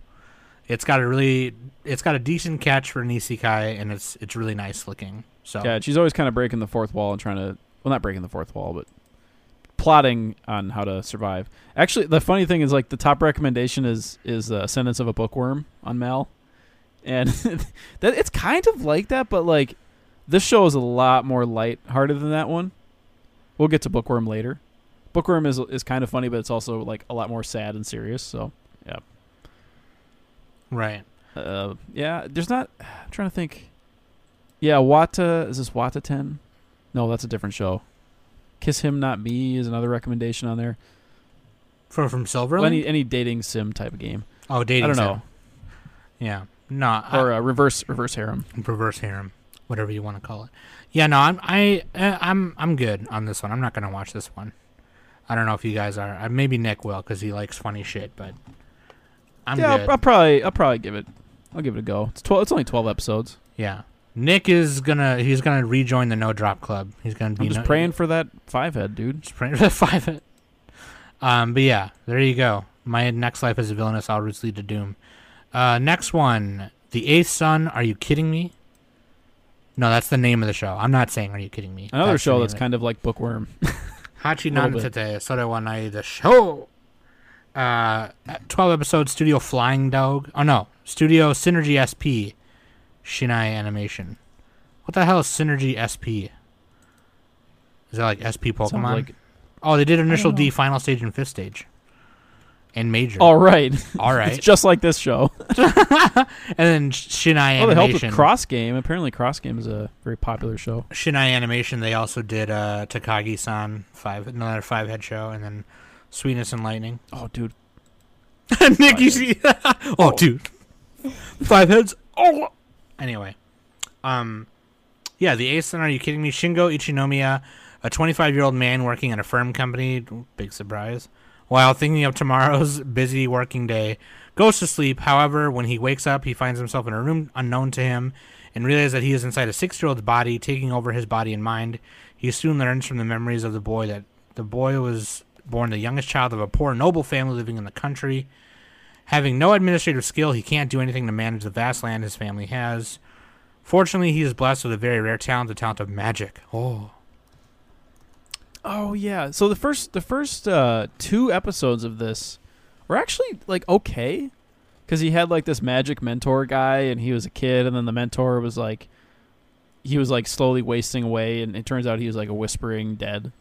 C: it's got a really it's got a decent catch for an isekai and it's it's really nice looking so
E: Yeah, she's always kind of breaking the fourth wall and trying to well, not breaking the fourth wall, but plotting on how to survive. Actually, the funny thing is like the top recommendation is is uh, sentence of a bookworm on Mal, and *laughs* that it's kind of like that, but like this show is a lot more light-hearted than that one. We'll get to bookworm later. Bookworm is is kind of funny, but it's also like a lot more sad and serious. So
C: right
E: uh, yeah, there's not. *sighs* I'm trying to think. Yeah, Wata is this Wata Ten? No, that's a different show. Kiss Him Not Me is another recommendation on there.
C: from from silver
E: Well,
C: Link?
E: Any any dating sim type of game.
C: oh dating
E: I don't
C: sim.
E: know,
C: yeah no
E: or uh, reverse reverse harem.
C: I, perverse harem whatever you want to call it yeah no i'm i uh, i'm i'm good on this one i'm not gonna watch this one i don't know if you guys are uh, maybe nick will because he likes funny shit but i'm
E: yeah,
C: good
E: I'll, I'll probably I'll probably give it. I'll give it a go. It's twelve. It's only twelve episodes.
C: Yeah. Nick is gonna he's gonna rejoin the no drop club. He's gonna be
E: I'm just
C: no-
E: praying for that five head, dude.
C: just praying for the *laughs* five. hit. Um but yeah, there you go. My next life as a villainous all routes lead to doom. Uh next one. The Eighth Son, are you kidding me? No, that's the name of the show. I'm not saying are you kidding me.
E: Another
C: That's the
E: show
C: name
E: that's
C: of it.
E: kind of like Bookworm.
C: Hachi Nan
E: Little bit.
C: Tete Soda wa Nai the show. Uh, twelve episode studio Flying Dog. Oh no, Studio Synergy SP, Shinai Animation. What the hell is Synergy SP? Is that like SP
E: Sounds
C: Pokemon?
E: like
C: oh, they did initial
D: know.
C: D, final stage, and fifth stage, and major.
E: all right. *laughs*
C: all
E: it's
C: right.
E: just like this show.
C: and then Shinai
E: Oh, they helped
C: Animation.
E: with Cross Game. Apparently, Cross Game is a very popular show.
C: Shinai Animation. They also did uh, Takagi-san five another five head show, and then Sweetness and Lightning.
E: Oh, dude,
C: *laughs* Nikki. *laughs* oh, dude. Five heads. Oh. Anyway, um, yeah, the ace. Are you kidding me? Shingo Ichinomiya, a 25-year-old man working at a firm company. Big surprise. While thinking of tomorrow's *laughs* busy working day, goes to sleep. However, when he wakes up, he finds himself in a room unknown to him and realizes that he is inside a six-year-old's body, taking over his body and mind. He soon learns from the memories of the boy that the boy was born the youngest child of a poor noble family living in the country. Having no administrative skill, he can't do anything to manage the vast land his family has. Fortunately, he is blessed with a very rare talent, the talent of magic. Oh.
E: Oh yeah. So the first the first uh, two episodes of this were actually like okay, because he had like this magic mentor guy, and he was a kid, and then the mentor was like, he was like slowly wasting away, and it turns out he was like a whispering dead,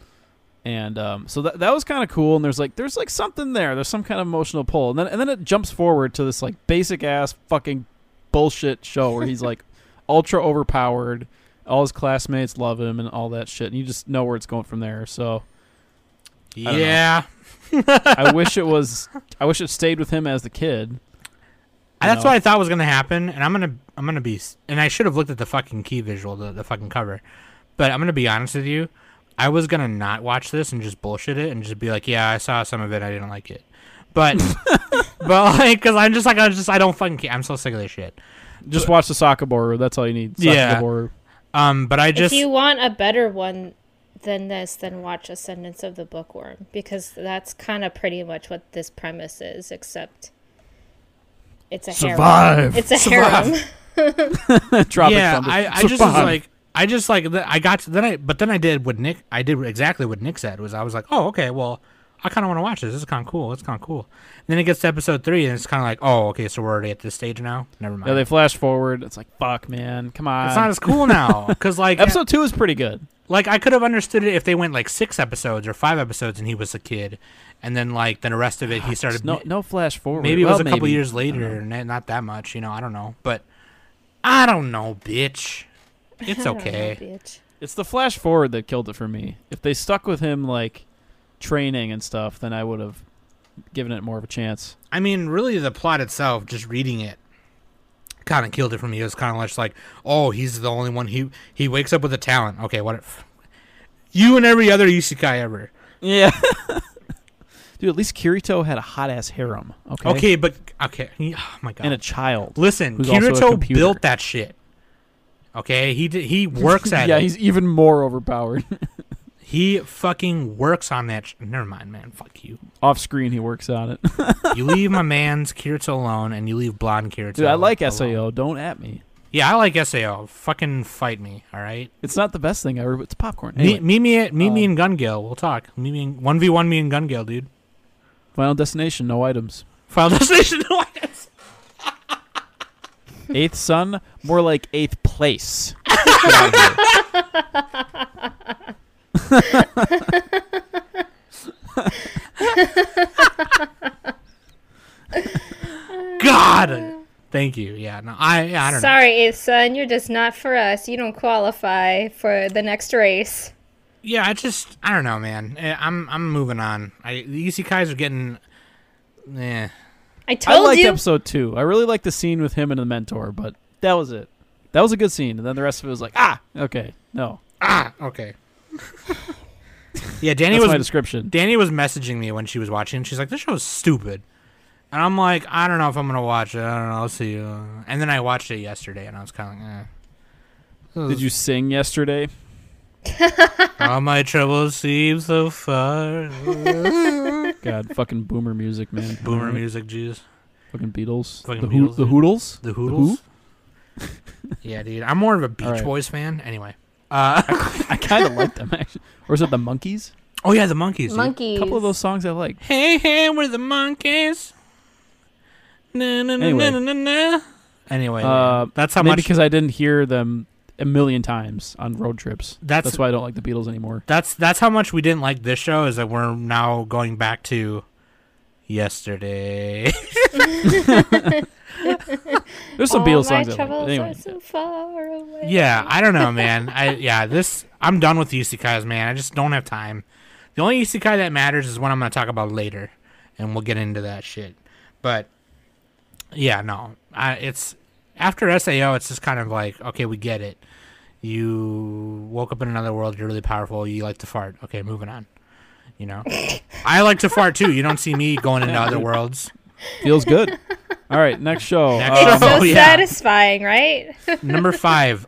E: and um, so that that was kind of cool. And there's like there's like something there. There's some kind of emotional pull, and then and then it jumps forward to this like basic ass fucking bullshit show where he's like *laughs* ultra overpowered all his classmates love him and all that shit and you just know where it's going from there so don't know.
C: Yeah. *laughs*
E: I wish it was. I wish it stayed with him as the kid.
C: And that's
E: know?
C: what I thought was gonna happen, and I'm gonna I'm gonna be s- and I should have looked at the fucking key visual, the, the fucking cover. But I'm gonna be honest with you, I was gonna not watch this and just bullshit it and just be like, yeah, I saw some of it, I didn't like it.
E: *laughs*
C: But but like, cause I'm just like I just I don't fucking care. I'm so sick of this shit.
E: Just watch the Sakaboru. That's all you need.
C: Yeah.
E: *laughs* Sakaboru.
C: Um, but I just
D: if you want a better one than this, then watch Ascendance of the Bookworm because that's kind of pretty much what this premise is, except it's a
E: Survive.
D: harem. It's a harem.
E: Tropic
C: yeah,
E: Thunder. *laughs*
C: I, I just was
E: Survive.
C: like, I just like, th- I got to, then I, but then I did what Nick, I did exactly what Nick said was I was like, oh, okay, well, I kind of want to watch this. This is kind of cool. It's kind of cool. And then it gets to episode three, and it's kind of like, oh, okay, so we're already at this stage now. Never mind.
E: Yeah, they flash forward. It's like fuck, man. Come on.
C: it's not as cool
E: *laughs*
C: now because like
E: Episode two is pretty good.
C: like I could have understood it if they went like six episodes or five episodes and he was a kid, and then like then the rest of it he started
E: No, no flash forward.
C: maybe it
E: Ah, Well,
C: was a couple
E: maybe.
C: years
E: I don't know.
C: later, and not that much, you know. I don't know, but I don't know, bitch. It's
D: *laughs* I don't know,
C: okay.
D: bitch.
E: It's the flash forward that killed it for me. If they stuck with him like training and stuff, then I would have given it more of a chance.
C: I mean, really, the plot itself, just reading it, kind of killed it for me. It was kind of just like, oh, he's the only one. He he wakes up with a talent. Okay, what if you and every other isekai ever?
E: Yeah. *laughs* Dude, at least Kirito had a hot ass harem. Okay.
C: Okay, but okay. he- Oh my god.
E: And a child.
C: Listen,
E: who's also a
C: Kirito
E: computer.
C: built that shit. Okay, he did,
E: *laughs*
C: he works at
E: yeah,
C: it.
E: he's even more overpowered. *laughs*
C: he fucking works on that. Sh- Never mind, man. Fuck you.
E: Off screen, he works on it.
C: You leave my man's Kirito alone, and you leave blonde Kirito.
E: Dude, I like
C: alone.
E: Sao. Don't at me.
C: Yeah, I like Sao. Fucking fight me, all right.
E: It's not the best thing ever, but it's popcorn.
C: Me,
E: Anyway,
C: meet me, at, meet me
E: um,
C: in Gun Gale. We'll talk. Meet me in one v one. Me in Gun Gale, dude.
E: Final Destination,
C: *laughs*
E: no items.
C: Final Destination. no items.
E: Eighth Son, more like eighth place.
C: *laughs* God, thank you. Yeah, no, I, yeah, I don't know.
D: Sorry, eighth son, you're just not for us. You don't qualify for the next race.
C: Yeah, I just, I don't know, man. Eh, I'm, I'm moving on. I, the ECKs are getting, eh.
D: I
E: I
D: told
E: liked
D: you.
E: episode two. I really liked the scene with him and the mentor, but that was it. That was a good scene, and then the rest of it was like, ah, okay, no.
C: Ah, okay. *laughs* yeah, Danny
E: That's my
C: was, *laughs*
E: description.
C: Danny was messaging me when she was watching. She's like, "This show is stupid," and I'm like, "I don't know if I'm gonna watch it. I don't know. I'll see." Uh, And then I watched it yesterday, and I was kind of like, eh.
E: Did you sing yesterday?
C: All my troubles seem so
E: *laughs*
C: far.
E: God, fucking boomer music, man.
C: Boomer
E: Alright.
C: music, jeez.
E: Fucking Beatles.
C: Fucking
E: the, Hoo-
C: Beatles,
E: the
C: dude. *laughs*
E: Hoodles?
C: The
E: Who?
C: Hoodles. *laughs* yeah, dude. I'm more of a Beach
E: All right.
C: Boys fan. Anyway. Uh, *laughs*
E: I kind of like them, actually. Or is it the Monkeys?
C: oh yeah, the monkeys. dude.
E: A
D: Monkeys.
E: couple of those songs I like.
C: Hey, hey, we're the monkeys. Na na na
E: Anyway.
C: na na na. Anyway,
E: Uh,
C: man, that's how
E: Maybe
C: much.
E: because I didn't hear them a million times on road trips.
C: That's-
E: That's why I don't like the Beatles anymore.
C: that's that's how much we didn't like this show is that we're now going back to yesterday.
E: There's some
D: All
E: Beatles songs
D: my
E: I like.
D: troubles
E: but Anyway,
D: are so far away.
C: yeah, I don't know, man. I yeah, this I'm done with the isekais, man. I just don't have time. The only isekai that matters is one I'm going to talk about later, and we'll get into that shit. But yeah, no, I, it's after Sao, it's just kind of like okay, we get it. You woke up in another world. You're really powerful. You like to fart. Okay, moving on. You know, I like to fart too. You don't see me going into other worlds.
E: *laughs* feels good. All right, next show.
C: Next
E: Um, *laughs*
D: It's so
C: Oh, yeah.
D: satisfying, right?
C: Number five,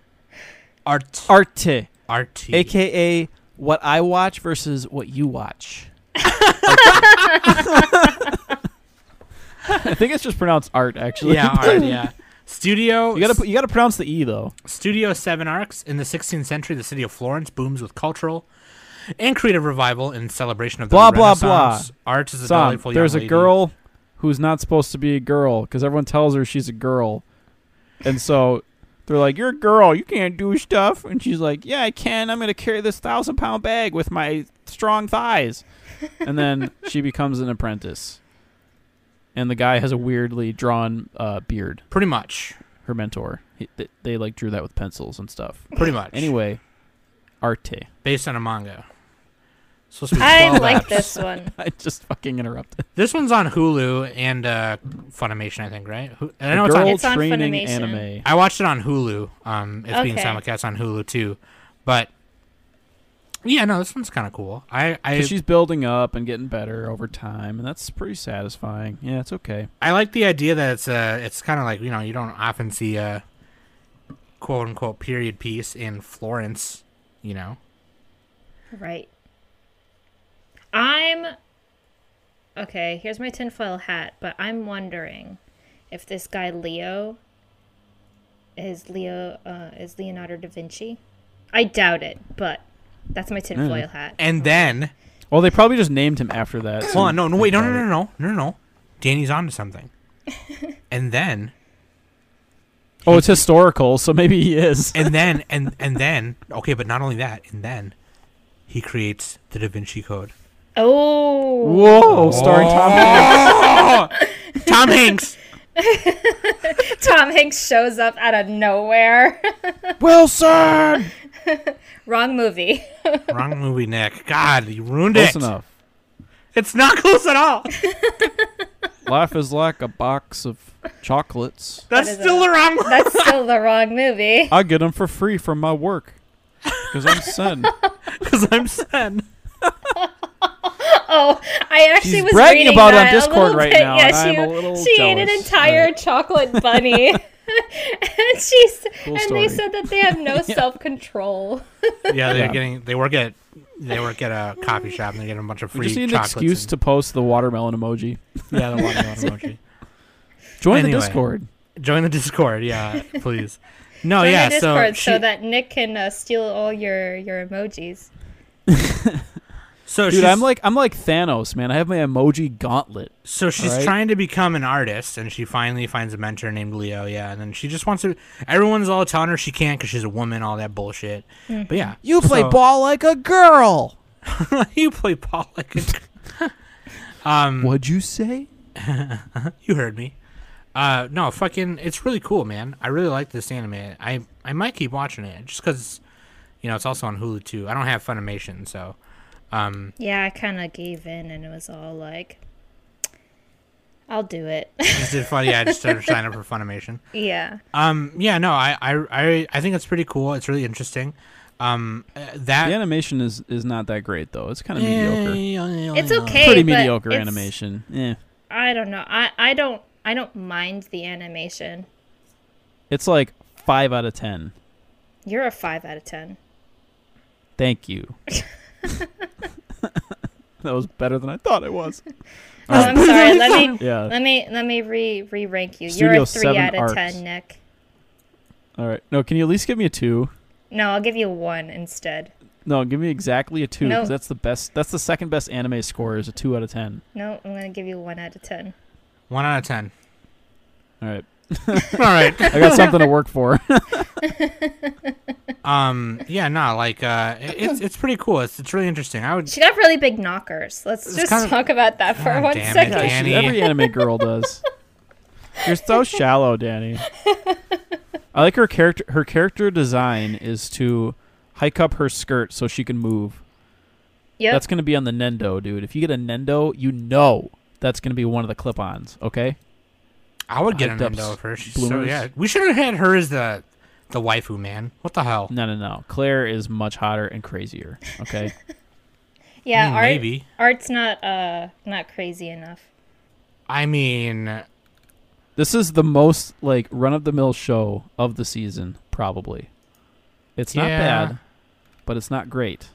C: art,
E: Arte,
C: art,
E: aka what I watch versus what you *laughs* watch. I think it's just pronounced art, actually.
C: yeah, art, yeah. Studio.
E: *laughs* you gotta put- you gotta pronounce the e though.
C: Studio Seven Arcs in the 16th century, the city of Florence booms with cultural and creative revival in celebration of the
E: Blah, blah,
C: Renaissance. Art is a
E: Son,
C: delightful young
E: there's a
C: lady.
E: girl who's not supposed to be a girl because everyone tells her she's a girl, and so they're like, "You're a girl, you can't do stuff," and she's like, "Yeah, I can. I'm gonna carry this thousand pound bag with my strong thighs," and then she becomes an apprentice, and the guy has a weirdly drawn uh, beard.
C: Pretty much.
E: Her mentor, he, they, they like drew that with pencils and stuff.
C: Pretty much.
E: Anyway, arte. *laughs*
C: Based on a manga. Supposed to be
D: I
C: 12 *laughs*
D: like
C: apps.
D: this one.
E: I just fucking interrupted.
C: This one's on Hulu and uh, Funimation, I think, right? Hu- And I know
E: The
C: it's on,
E: girl
D: It's on
E: training
D: Funimation.
E: anime.
C: I watched it on Hulu. Um, it's being
D: Okay.
C: simulcast on Hulu too, but yeah, no, this one's kind of cool. I I,
E: 'Cause she's building up and getting better over time, and that's pretty satisfying. Yeah, it's okay.
C: I like the idea that it's uh it's kind of like you know you don't often see a quote unquote period piece in Florence, you know.
D: Right. I'm okay. Here's my tinfoil hat, but I'm wondering if this guy Leo is Leo uh, is Leonardo da Vinci. I doubt it, but that's my tinfoil hat.
C: And then
E: Well, they probably just named him after that. so-
C: Hold on, no, no, wait, no, no, no, no, no, no, no. Danny's onto something. and then,
E: Oh, it's historical, so maybe he is.
C: and then, and and then, okay, but not only that, and then he creates the Da Vinci Code.
D: Oh,
E: Whoa, starring Tom. Hanks.
C: Tom Hanks.
D: Tom Hanks shows up out of nowhere. *laughs*
E: Wilson.
D: Wrong movie.
C: Wrong movie, Nick. God, you ruined
E: Close
C: it.
E: enough.
C: It's not close at all.
E: Life is like a box of chocolates.
C: That's
D: is
C: still
D: a-
C: the wrong one.
D: That's still the wrong movie.
E: I get them for free from my work because
C: *laughs*
E: I'm sin.
C: Because I'm *laughs* Sen.
D: Oh, I actually
E: She's
D: was
E: bragging
D: reading
E: about it on
D: that a
E: Discord
D: little
E: right
D: bit.
E: now,
D: Yeah,
E: and I
D: she,
E: am a little
D: she ate an
E: jealous.
D: entire
E: Alright. *laughs*
D: chocolate bunny, *laughs* and she's and
E: story.
D: they said that they have
E: *laughs*
D: no self control.
C: Yeah, they're
E: Yeah.
C: getting. They work at. They work at a coffee shop and they're getting a bunch of free
E: We just need an
C: chocolates.
E: excuse
C: *laughs*
E: to
C: and-
E: post the watermelon emoji.
C: yeah, the watermelon emoji.
E: Join
C: Anyway.
E: the Discord.
C: Join the Discord,
E: *laughs*
C: yeah, please.
E: Oh,
C: No,
D: Join
C: yeah,
D: the Discord
C: so, she,
D: so that Nick can uh, steal all your your emojis.
C: so
E: Dude,
C: she's-
E: I'm like I'm like Thanos, man. I have my emoji gauntlet.
C: So she's
E: Alright.
C: trying to become an artist, and she finally finds a mentor named Leo. Yeah, and then she just wants to. Everyone's all telling her she can't because she's a woman, all that bullshit.
D: Mm-hmm.
C: But yeah,
E: You play
C: So-
E: ball like a girl.
C: you play Paul *laughs* like
E: *laughs*
C: a. um,
E: What'd you say?
C: you heard me. Uh, no, fucking, it's really cool, man. I really like this anime. I I might keep watching it just because, you know, it's also on Hulu too. I don't have Funimation, so. Um,
D: Yeah, I kind of gave in, and it was all like, "I'll do it." *laughs*
C: just did fun. Yeah, I just started signing up for Funimation.
D: yeah,
C: Um, yeah, no, I, I, I, I think it's pretty cool. It's really interesting. Um, uh, that
E: The animation is is not that great though. It's kind of mediocre.
C: mediocre.
D: it's okay.
E: Pretty
D: Eh. but
E: mediocre
D: it's-
E: animation. Yeah.
D: I don't know. I I don't I don't mind the animation.
E: It's like 5 out of 10.
D: You're a five out of ten.
E: Thank
D: *laughs*
E: you. *laughs* that was better than I thought it
D: *laughs*
E: was.
D: Oh, I'm sorry. Let me
E: Yeah.
D: Let me let me re re rank you.
E: Studio
D: You're a three
E: Seven
D: out of
E: Arts.
D: ten, Nick.
E: All right. No, can you at least give me a 2?
D: No, I'll give you one instead.
E: No, give me exactly a 2
D: No.
E: cuz that's the best that's the second best anime score is a 2 out of 10.
D: No, I'm gonna give you one out of ten.
C: One out of ten.
E: All
D: *laughs*
E: right.
C: All right.
E: I got something to work for.
C: Um. Yeah. No. Like. Uh. it- It's. It's pretty cool. It's. It's really interesting. I would.
D: She got really big knockers. Let's just
C: kind of-
D: talk about that for
C: God
D: one
C: damn it,
D: second.
C: Dan. Danny.
E: Every anime girl does. You're so shallow, Danny. I like her character. Her character design is to hike up her skirt so she can move.
D: Yep.
E: That's gonna be on the Nendo, dude. If you get a Nendo, you know that's gonna be one of the clip-ons. Okay.
C: I would get an
E: Hyped up
C: Endo
E: s-
C: for her. She's so
E: bloomers.
C: yeah. We should have had her as the, the waifu man. What the hell?
E: No, no, no. Claire is much hotter and crazier. Okay.
D: yeah,
C: Mm,
D: art,
C: Maybe.
D: art's not uh not crazy enough.
C: I mean.
E: this is the most like run-of-the-mill show of the season, probably. It's not
C: Yeah.
E: bad, but it's not great.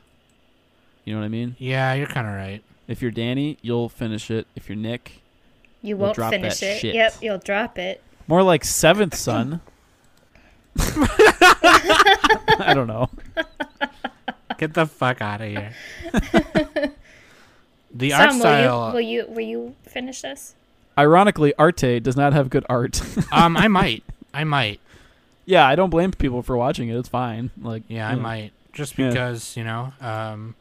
E: You know what I mean?
C: Yeah. You're kind of right.
E: If you're Danny, you'll finish it. If you're Nick,
D: You
E: We'll
D: won't
E: drop
D: finish
E: that
D: it.
E: shit.
D: Yep, you'll drop it.
E: more like seventh son. I don't know.
C: Get the fuck out of
D: *laughs*
C: here. the art
D: Sam,
C: style. uh,
D: will you will you will you finish this?
E: Ironically, Arte does not have good art.
C: *laughs*
E: *laughs*
C: um. I might. I might.
E: yeah, I don't blame people for watching it. It's fine. Like,
C: Yeah. I
E: you know.
C: might. Just
E: Hmm. Yeah.
C: because you know. Um.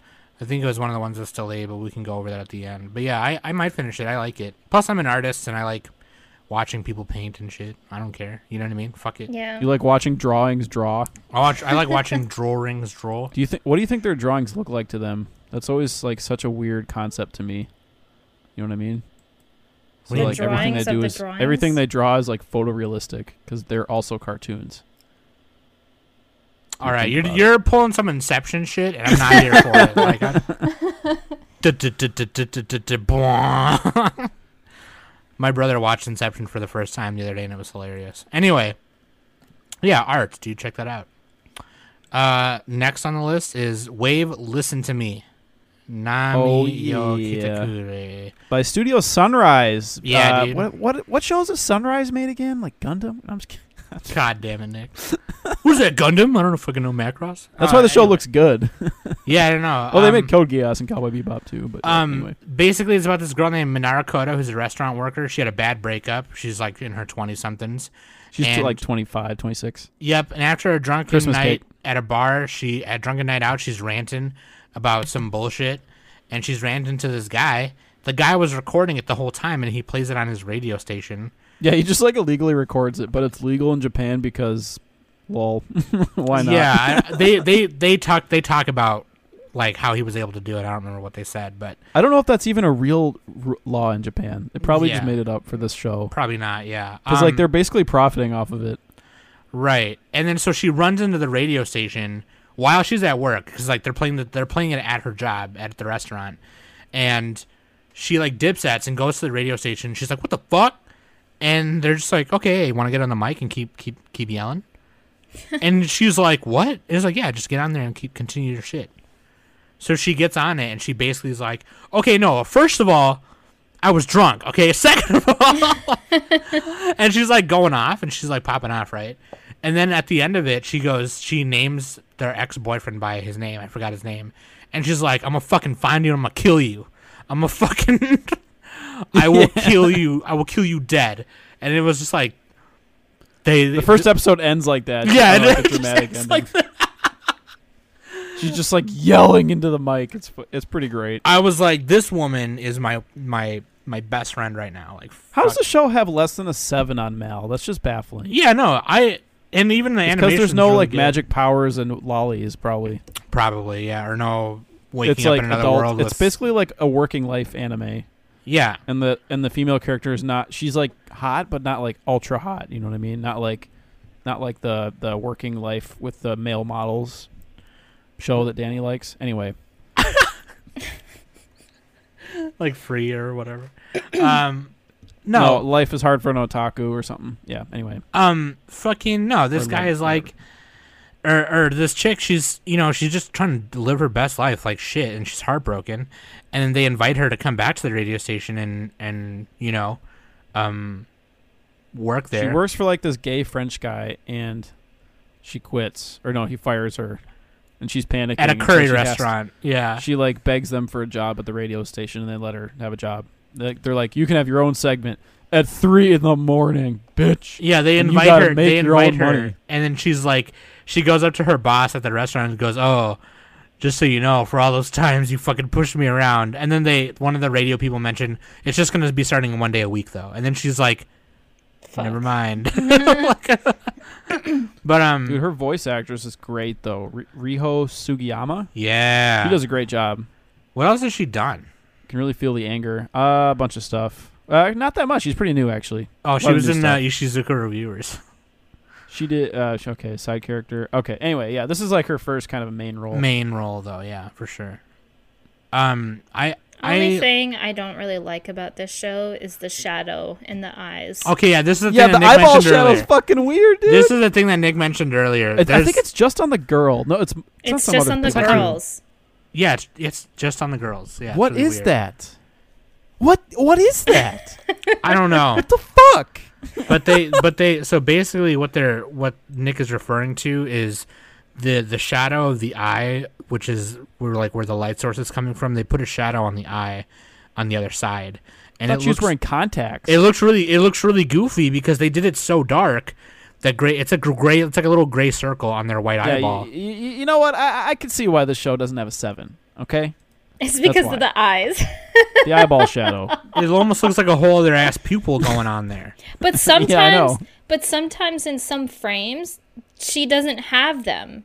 C: I think it was one of the ones that's delayed, but we can go over that at the end. But yeah, I, I might finish it. I like it. Plus, I'm an artist and I like watching people paint and shit. I don't care. You know what I mean? Fuck it.
D: Yeah.
E: You like watching drawings draw?
D: *laughs*
C: I watch. I like watching drawings draw.
E: Do you think? What do you think their drawings look like to them? That's always like such a weird concept to me. You know what I mean? So
C: The
E: like everything
D: drawings
E: they
D: of
E: do
D: the
E: is
D: drawings?
E: everything they draw is like photorealistic because they're also cartoons.
C: All right,
E: Think
C: you're
E: about it.
C: you're pulling some Inception shit, and I'm not here for it. Like, I- *laughs* my brother watched Inception for the first time the other day, and it was hilarious. Anyway, yeah, art. Do check that out. Uh, next on the list is Wave. Listen to me. Nami
E: Oh,
C: yo
E: yeah.
C: kitakure.
E: By Studio Sunrise.
C: Yeah,
E: uh,
C: dude.
E: What what what shows is Sunrise made again? Like Gundam? I'm just kidding.
C: God damn it, Nick. Who's that Gundam? I don't know if I can know Macross.
E: That's
C: Uh,
E: why the show
C: anyway.
E: looks good. *laughs*
C: Yeah, I don't know.
E: Oh, they
C: Um,
E: made Code Geass and Cowboy Bebop too. But yeah,
C: Um,
E: anyway,
C: basically, it's about this girl named Minara Koda who's a restaurant worker. She had a bad breakup. She's like in her twenty somethings.
E: she's t-
C: and-
E: like 25, 26.
C: Yep. And after a drunken
E: Christmas
C: night
E: cake.
C: at a bar, she at drunken night out, she's ranting about some bullshit, and she's ranting to this guy. The guy was recording it the whole time, and he plays it on his radio station.
E: Yeah, he just like illegally records it, but it's legal in Japan because, lol, *laughs* why not?
C: Yeah,
E: *laughs*
C: I, they they they talk they talk about like how he was able to do it. I don't remember what they said, but
E: I don't know if that's even a real r- law in Japan. They probably just
C: Yeah.
E: made it up for this show
C: probably not. Yeah,
E: because
C: Um,
E: like they're basically profiting off of it.
C: Right, and then so she runs into the radio station while she's at work because like they're playing the, they're playing it at her job at the restaurant, and she like dipsets and goes to the radio station. She's like, "What the fuck?" And they're just like, "Okay, want to get on the mic and keep keep keep yelling?" *laughs* and she's like, "What?" And it's like, "Yeah, just get on there and keep continue your shit." So she gets on it and she basically is like, "Okay, no, first of all." I was drunk. Okay, *laughs* second of all, *laughs* and she's like going off, and she's like popping off, right? And then at the end of it, she goes, she names their ex boyfriend by his name. I forgot his name. And she's like, I'm going to fucking find you and I'm going to kill you. I'm going to fucking, *laughs* I
E: *laughs*
C: will kill you. I will kill you dead. And it was just like, they,
E: The first episode ends like that. It's
C: yeah,
E: kinda like a
C: it just
E: dramatic
C: ends
E: ending.
C: like that.
E: She's just like yelling into the mic. It's fu- it's pretty great.
C: I was like, this woman is my, my, my best friend right now. Like,
E: How does
C: fuck.
E: the show have less than a seven on Mal? That's just baffling.
C: yeah, no, I, and even the animation.
E: Because there's no like magic powers and lollies, probably.
C: Probably, yeah, or no waking
E: it's
C: up
E: like
C: in another
E: adult.
C: world.
E: it's
C: with,
E: basically like a working life anime,
C: yeah,
E: and the and the female character is not. She's like hot, but not like ultra hot. You know what I mean? Not like, not like the the working life with the male models show that Danny likes. Anyway,
C: like free or whatever. *coughs* um,
E: no,
C: no,
E: life is hard for an otaku or something. Yeah. Anyway,
C: um, fucking no. This
E: Or
C: guy
E: like-
C: is like, or or this chick. She's you know she's just trying to live her best life like shit, and she's heartbroken. And then they invite her to come back to the radio station and and you know, um, work there.
E: she works for like this gay French guy, and she quits, or no, he fires her, and she's panicking
C: at a
E: and so
C: curry
E: she has to-
C: restaurant. yeah,
E: she like begs them for a job at the radio station and they let her have a job like they're like you can have your own segment at three in the morning bitch
C: Yeah, they
E: And you
C: invite
E: gotta
C: her.
E: make
C: They
E: your
C: invite
E: own
C: her,
E: money.
C: and then she's like, she goes up to her boss at the restaurant and goes, "Oh, just so you know, for all those times you fucking pushed me around." And then they, one of the radio people mentioned, it's just gonna be starting one day a week though. And then she's like,
D: Fuck.
C: "Never
E: *laughs*
C: mind." *laughs* *coughs* but um,
E: dude her voice actress is great though R- riho sugiyama
C: yeah.
E: she does a great job
C: what else has she done?
E: can really feel the anger uh, a bunch of stuff uh, not that much she's pretty new actually
C: Oh, she
E: Lot of
C: was
E: new
C: in uh,
E: stuff.
C: Ishizuka Reviewers.
E: she did uh, sh- okay side character okay anyway yeah this is like her first kind of a main role
C: Main role though, yeah, for sure. Um, I.
D: Only
C: I,
D: thing I don't really like about this show is the shadow in the eyes.
C: okay, yeah, this is the
E: yeah
C: thing
E: the
C: that Nick
E: eyeball
C: mentioned
E: shadow's
C: earlier.
E: fucking weird dude
C: This is the thing that Nick mentioned earlier.
E: I- I
C: There's-
E: think it's just on the girl no it's on
D: it's
E: some
D: just
E: other
D: on the
E: people, too.
D: girls.
C: yeah, it's, it's just on the girls. Yeah. it's
E: What
C: really
E: is
C: weird.
E: that? What what *laughs* is that?
C: I don't know,
E: *laughs* what the fuck?
C: but they but they so basically what they're what Nick is referring to is the the shadow of the eye, which is where like where the light source is coming from. They put a shadow on the eye on the other side, and
E: I
C: it
E: thought she was
C: looks
E: wearing contacts.
C: it looks really it looks really goofy because they did it so dark that gray it's a gr- gray it's like a little gray circle on their white
E: yeah, y-
C: eyeball.
E: y- y- you know what? I, I- I can see why this show doesn't have a seven. Okay,
D: It's because
E: why.
D: of the eyes. *laughs*
E: the eyeball shadow.
C: It almost looks like a whole other ass pupil going on there.
E: *laughs*
D: But sometimes,
E: know.
D: but sometimes in some frames, she doesn't have them.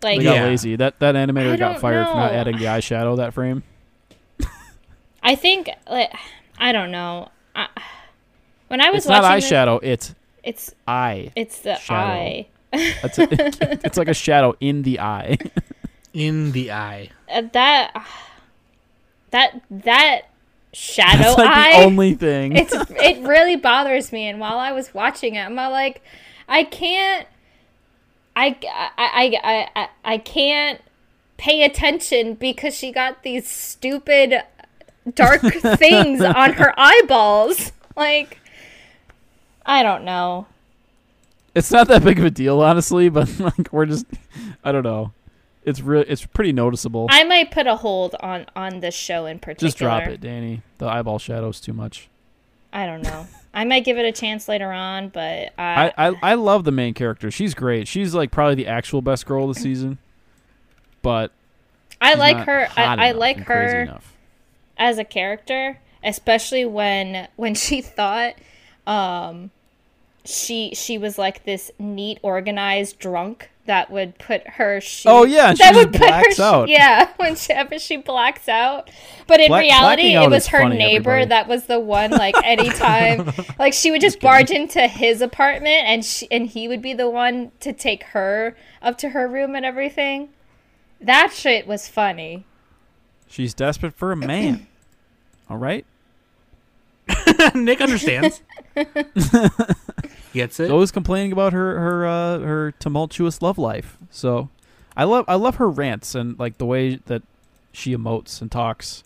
D: Like
E: They got
C: Yeah.
E: lazy. That that
D: I
E: animator
D: don't
E: got fired for not
D: know.
E: adding the eyeshadow that frame.
D: I think like I don't know. I, when I was
E: It's not
D: watching this-
E: eyeshadow. It's
D: it's
E: eye.
D: it's the
E: Shadow.
D: eye.
E: That's it. it's like a *laughs* shadow in the eye.
C: in the eye.
D: Uh, that
E: *laughs*
D: that that shadow
E: That's like
D: eye
E: the only thing.
D: it's it really bothers me and while i was watching it i'm like i can't I, I i i i can't pay attention because she got these stupid
E: *laughs*
D: dark things on her eyeballs like i don't know
E: it's not that big of a deal, honestly. But *laughs* like, we're just, I don't know. It's real. It's pretty noticeable.
D: i might put a hold on on this show in particular
E: just drop it, Danny. The eyeball shadow's too much.
D: i don't know i might give it a chance later on but uh,
E: I, I I love the main character. She's great. She's like probably the actual best girl of the season. But
D: I
E: she's
D: like
E: not
D: her.
E: hot
D: I, I
E: enough
D: like
E: and crazy
D: her
E: enough.
D: as a character, especially when when she *laughs* thought um she she was like this neat, organized drunk that would put her shoes.
E: Oh, yeah, she
D: that
E: just
D: would put her
E: blacks
D: sh-
E: out.
D: Yeah, *laughs* whenever she blacks out. But in
E: Black-
D: reality,
E: blacking out
D: it was
E: is
D: her
E: funny,
D: neighbor
E: everybody.
D: that was the
E: *laughs*
D: one. Like anytime, like she would just barge into his apartment, and she and he would be the one to take her up to her room and everything. That shit was funny.
E: She's desperate for a
D: *clears throat*
E: man. All right.
C: *laughs* Nick understands. *laughs* Gets it.
E: always complaining about her her uh, her tumultuous love life. So, I love I love her rants and like the way that she emotes and talks.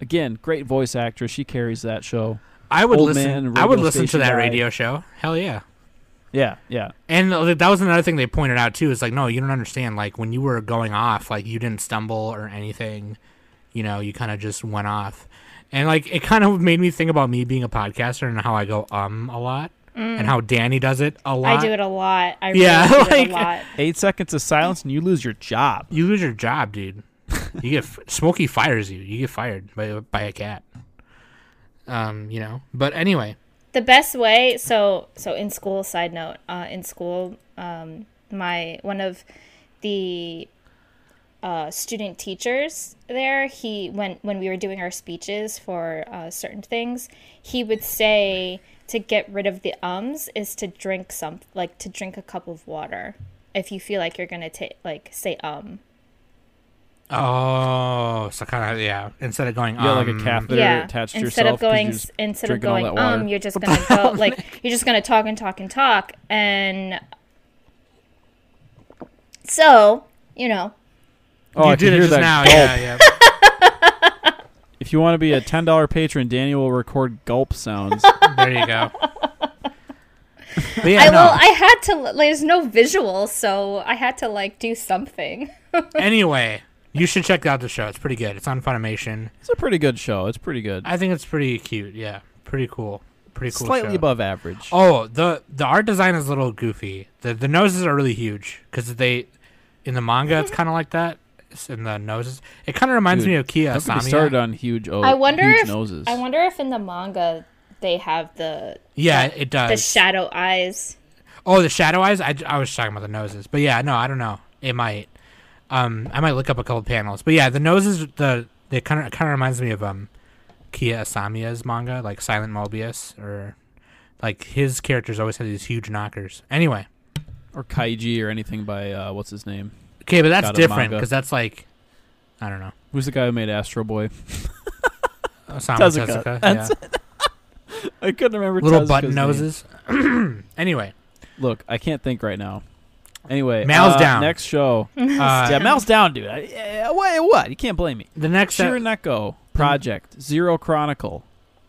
E: Again, great voice actress. She carries that show.
C: I would
E: old
C: listen.
E: man
C: I would
E: radio
C: listen to
E: station
C: that
E: guy.
C: radio show. Hell yeah.
E: Yeah, yeah.
C: And uh, that was another thing they pointed out too. Is like, no, you don't understand. Like when you were going off, like you didn't stumble or anything. You know, you kind of just went off, and like it kind of made me think about me being a podcaster and how I go um a lot, and how Danny does it a lot.
D: Mm. I do it a lot. I
C: Yeah, *laughs*
D: really do it a
C: like-
D: lot.
E: Eight seconds of silence and you lose your job.
C: You lose your job, dude. you get *laughs* Smokey fires you. You get fired by by a cat. Um, you know. But anyway,
D: The best way. So so in school. Side note. Uh, in school, um, my one of the uh, student teachers there. He when when we were doing our speeches for uh, certain things, he would say to get rid of the ums is to drink some like to drink a cup of water if you feel like you're gonna take like say um
C: oh, so kind of yeah. Instead of going,
E: You got like
C: um,
E: a catheter
D: yeah
E: attached to
D: instead
E: yourself.
D: of
E: 'cause
D: going
E: you're
D: s-
E: just
D: instead of
E: drinking all
D: going
E: that water.
D: um you're just gonna go like you're just gonna talk and talk and talk and so you know
E: oh,
C: you
E: I can
C: did it
E: hear
C: just
E: that
C: now.
E: gulp.
C: Yeah, yeah.
E: If you want to be a ten dollar patron, Danny will record gulp
D: *laughs*
E: sounds.
C: There you
E: *laughs*
C: go. But yeah,
D: i
C: no.
D: well i had to like, there's no visual so i had to like do something
C: *laughs* anyway, you should check out the show. It's pretty good. It's on Funimation.
E: it's a pretty good show. It's pretty good.
C: I think it's pretty cute. Yeah, pretty cool. Pretty cool.
E: Slightly
C: show.
E: above average.
C: Oh, the the art design is a little goofy. The the noses are really huge because they, in the manga, it's kind of like that. It's in the noses, it kind of reminds
E: Mm-hmm. Dude,
C: me of Kia
E: Don't get me started uh,
C: Asamiya.
E: on huge o-
D: i wonder
E: huge
D: if
E: noses.
D: i wonder if in the manga they have the
C: Yeah, it does.
D: the shadow eyes
C: oh, the shadow eyes. I, I was talking about the noses, but yeah, no, I don't know. It might. Um, I might look up a couple panels, but yeah, the noses. The they kind of kind of reminds me of um, Kia Asamiya's manga, like Silent Mobius, or like his characters always had these huge knockers. Anyway,
E: or Kaiji or anything by uh, what's his name?
C: okay, but that's
E: Got a
C: different
E: manga.
C: because that's like, I don't know.
E: Who's the guy who made Astro Boy? *laughs*
C: Osama
E: Tezuka.
C: Tezuka, yeah.
E: That's I couldn't remember.
C: little
E: Tezuka's
C: button
E: name.
C: noses. *clears throat* anyway,
E: Look, I can't think right now. Anyway,
C: Mal's
E: uh,
C: down.
E: Next show.
C: uh,
E: yeah, Mal's down, dude. I, I- what? What? You can't blame me.
C: the next uh,
E: Shirineko Project Zero Chronicle.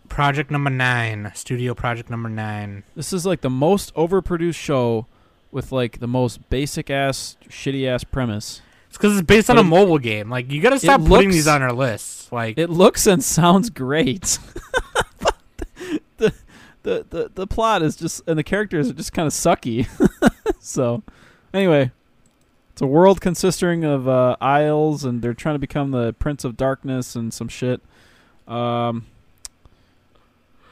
C: project number nine, studio project number nine.
E: This is like the most overproduced show with like the most basic ass, shitty ass premise.
C: It's because it's based on
E: But
C: a
E: it-
C: mobile game. Like you got to stop
E: looks-
C: putting these on our lists. Like *laughs*
E: It looks and sounds great. *laughs* but the, the the the plot is just and the characters are just kind of sucky. *laughs* so anyway, it's a world consisting of uh, isles and they're trying to become the prince of darkness and some shit. Um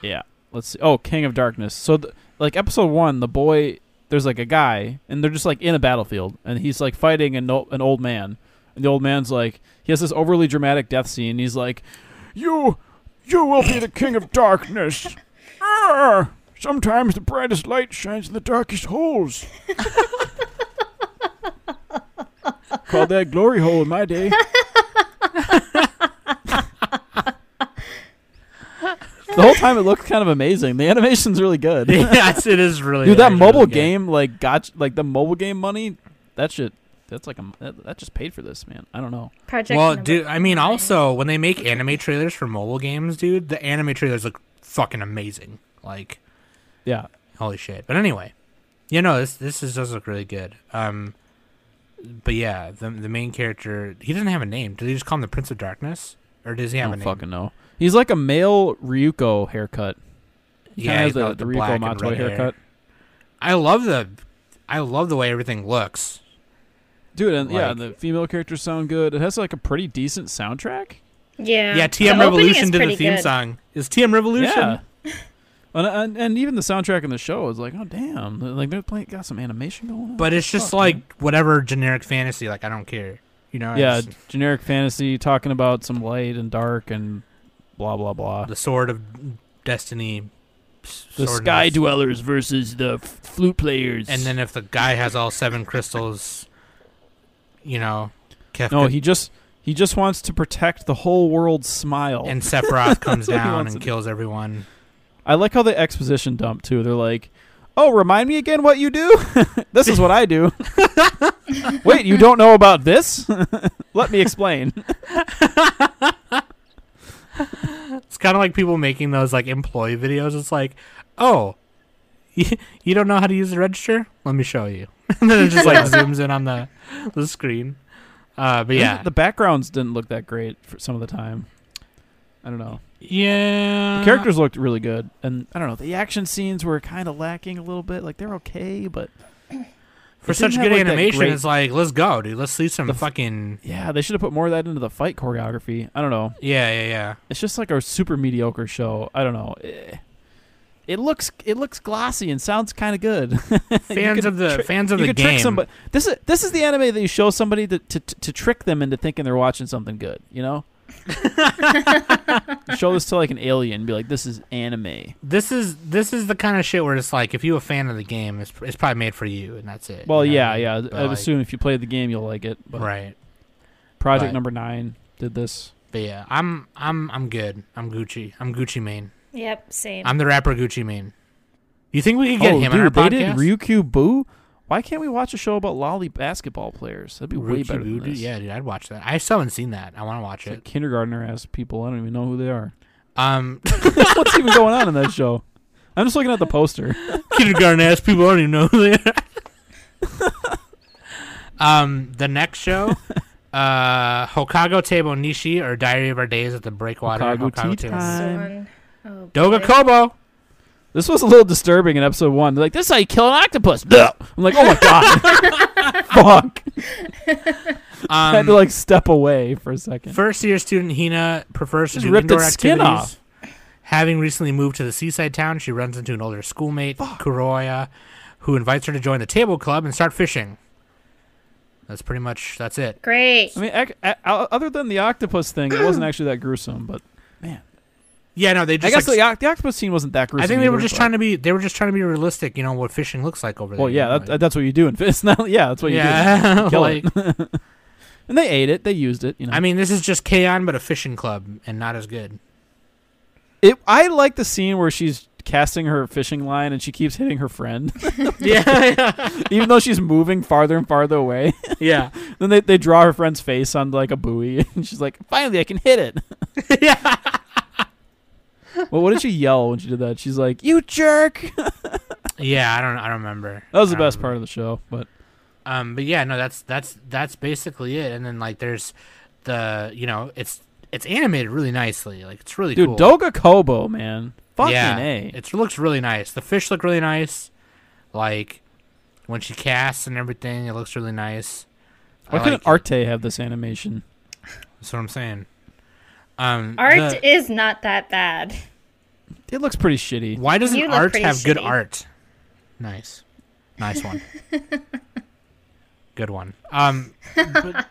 E: Yeah, let's see. Oh, king of darkness. So th- like episode 1, the boy there's like a guy and they're just like in a battlefield and he's like fighting an, o- an old man and the old man's like he has this overly dramatic death scene and he's like you you will be the king of darkness Arr! sometimes the brightest light shines in the darkest holes *laughs* called that glory hole in my day the whole time it looked kind of amazing the animation's really good
C: yes, it is really.
E: Dude, that
C: actually
E: mobile
C: really good.
E: game, like, got like the mobile game money. That shit, that's like a that, that just paid for this, man. I don't know.
D: *laughs* Project.
C: Well,
D: number
C: dude, I mean,
D: nine.
C: also when they make anime trailers for mobile games, dude, the anime trailers look fucking amazing. Like,
E: Yeah,
C: holy shit! But anyway, you know, this this is, does look really good. Um, but yeah, the the main character, he doesn't have a name. Do they just call him the Prince of Darkness, or does he
E: I
C: have a
E: don't
C: name?
E: fucking know. He's like a male Ryuko haircut. He kinda
C: yeah,
E: has
C: he's got, like,
E: the, the,
C: the
E: Ryuko
C: black and
E: Matoy
C: red hair.
E: haircut.
C: I love the, I love the way everything looks.
E: Dude, and yeah,
C: Like-
E: the female characters sound good. It has like a pretty decent soundtrack.
D: Yeah.
C: Yeah,
D: The
C: TM
D: opening
C: Revolution
D: is
C: did
D: pretty
C: the theme
D: good.
C: song. Is TM Revolution?
E: Yeah. *laughs* And, and, and even the soundtrack in the show is like, oh damn, like they're playing got some animation going on.
C: But it's just
E: Fuck,
C: like
E: man.
C: whatever generic fantasy. Like I don't care. You know?
E: yeah,
C: it's
E: generic fantasy talking about some light and dark and blah blah blah.
C: the sword of destiny. s-
E: Uh, the
C: sword of
E: sky
C: Des-
E: dwellers versus the f- flute players.
C: And then if the guy has all seven crystals, you know, Kefka
E: no, he just he just wants to protect the whole world's smile.
C: and
E: *laughs*
C: Sephiroth comes
E: what he
C: down
E: wants
C: and
E: to do.
C: kills everyone.
E: I like how the exposition dump too. They're like, "Oh, remind me again what you do. *laughs* this is what I do. *laughs* Wait, you don't know about this? *laughs* Let me explain."
C: It's kind of like people making those like employee videos. It's like, oh, *laughs* you, you don't know how to use the register? Let me show you. *laughs* and then it just
E: *laughs*
C: like zooms in on the the screen. Uh, but yeah,
E: *laughs* the backgrounds didn't look that great for some of the time. I don't know.
C: yeah.
E: The characters looked really good, and I don't know. The action scenes were kind of lacking a little bit. Like they're okay, but
C: for
E: it
C: such
E: didn't
C: good
E: have, like, that
C: animation,
E: great-
C: it's like, let's go, dude. Let's see some
E: The f-
C: fucking
E: yeah, they should have put more of that into the fight choreography. I don't know.
C: yeah, yeah, yeah.
E: It's just like a super mediocre show. I don't know. Eh. It looks it looks glossy and sounds kind of good. *laughs*
C: Fans of the fans of
E: you
C: the
E: could trick
C: game.
E: somebody. This is this is the anime that you show somebody to, to to trick them into thinking they're watching something good. You *laughs* know, You show this to like an alien, and be like, "This is anime."
C: This is this is the kind of shit where it's like, if you a fan of the game, it's it's probably made for you, and that's it.
E: Well,
C: you know?
E: yeah, yeah.
C: But,
E: I would
C: like,
E: assume if you played the game, you'll like it. But
C: right.
E: Project
C: but-
E: Number Nine did this.
C: But yeah, I'm I'm I'm good. I'm Gucci. I'm Gucci Mane.
D: Yep. Same.
C: I'm the rapper Gucci Mane. You think we could get him on our
E: Oh, dude, they
C: podcast?
E: did Ryukyu Boo. Why can't we watch a show about lolly basketball players? That'd be way
C: Gucci
E: better than
C: Boo, dude?
E: this.
C: Yeah, dude, I'd watch that. I still haven't seen that. I want to watch
E: It's like
C: it.
E: kindergartner ass people. I don't even know who they are. *laughs*
C: Um,
E: What's even going on in that show? I'm just looking at the poster.
C: kindergarten ass people I don't even know who they are. *laughs* um, the next show, uh, Hokago Table Nishi or Diary of Our Days at the Breakwater.
E: Hokago Tea
C: Table-
E: Time.
D: Someone- oh,
C: Doga
D: boy.
C: Kobo. Um,
E: This was a little disturbing in episode one. They're like, this is how you kill an octopus. No. I'm like, oh my god.
C: *laughs*
E: Fuck. I had to
C: Um,
E: like step away for a second.
C: first year student Hina prefers to
E: Just
C: do
E: ripped
C: indoor
E: its skin
C: activities.
E: off.
C: Having recently moved to the seaside town, she runs into an older schoolmate, Kuroya, who invites her to join the table club and start fishing. That's pretty much that's it.
D: Great.
E: I mean, ac- a- o- other than the octopus thing, it wasn't actually that gruesome. But
C: Yeah, no, they just
E: I guess
C: like,
E: the, oc- the octopus scene wasn't that gruesome.
C: I think they were
E: either,
C: just
E: but-
C: trying to be they were just trying to be realistic, you know, what fishing looks like over there.
E: Well, yeah,
C: you know,
E: that, that's what you do in *laughs* fish. Not, yeah, that's what you
C: *laughs*
E: do.
C: yeah,
E: Kill
C: like,
E: it. *laughs* And they ate it. They used it. You know.
C: I mean, this is just K-On! but a fishing club and not as
E: *laughs*
C: good. *laughs*
E: It, I like the scene where she's casting her fishing line and she keeps hitting her friend, *laughs*
C: yeah,
E: even though she's moving farther and farther away.
C: yeah,
E: then they, they draw her friend's face on like a buoy, *laughs* and she's like, "Finally, I can hit it."
C: yeah. *laughs*
E: well, what did she yell when she did that? She's like, "You jerk!" that
C: Yeah, I don't, I don't remember.
E: was the
C: I don't
E: best
C: remember.
E: part of the show. But
C: Um, but yeah, no, that's that's that's basically it. And then like, there's the you know, it's it's animated really nicely. Like, it's really cool.
E: dude, Doga Kobo, man, fucking
C: yeah,
E: a.
C: it looks really nice. The fish look really nice. Like when she casts and everything, it looks really nice. I
E: Why couldn't
C: like it.
E: Arte have this animation?
C: That's what I'm saying. Um,
D: Art
C: the-
D: is not that bad. *laughs*
E: It looks pretty shitty.
C: why doesn't
D: You look
C: art
D: pretty
C: have good
D: shitty.
C: art? Nice. Nice one. Good one. Um, but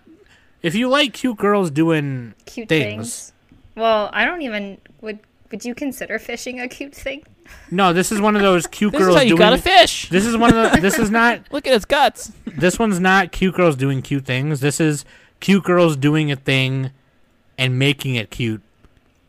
C: if you like cute girls doing
D: Cute
C: Things.
D: things. Well, I don't even would. Would you consider fishing a cute thing?
C: no, this is one of those cute
E: This
C: girls
E: is how you
C: doing.
E: got a fish.
C: this is one of the. This is not.
E: Look at its guts.
C: This one's not cute girls doing cute things. This is cute girls doing a thing, and making it cute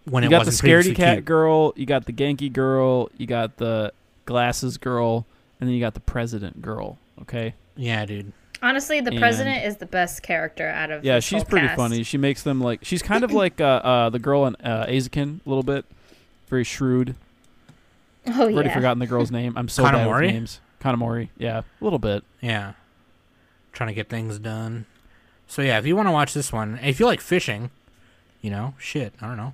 C: when
E: You
C: it
E: got the
C: wasn't
E: scaredy
C: previously
E: cat
C: cute.
E: girl. You got the Genki girl. You got the glasses girl, and then you got the president girl. Okay.
C: Yeah, dude.
D: Honestly, the
E: And-
D: president is the best character out of
E: Yeah,
D: this
E: she's
D: whole
E: pretty
D: cast.
E: funny. She makes them like she's kind of like uh, uh, the girl in uh, Azukin a little bit, very shrewd.
D: *laughs* Oh
E: I've already
D: yeah.
E: forgotten the
D: *laughs*
E: girl's name. I'm so bad with
C: Kanamori?
E: names. Kanamori. Yeah, a little bit.
C: Yeah. Trying to get things done. So yeah, if you want to watch this one, if you like fishing, you know, shit, I don't know.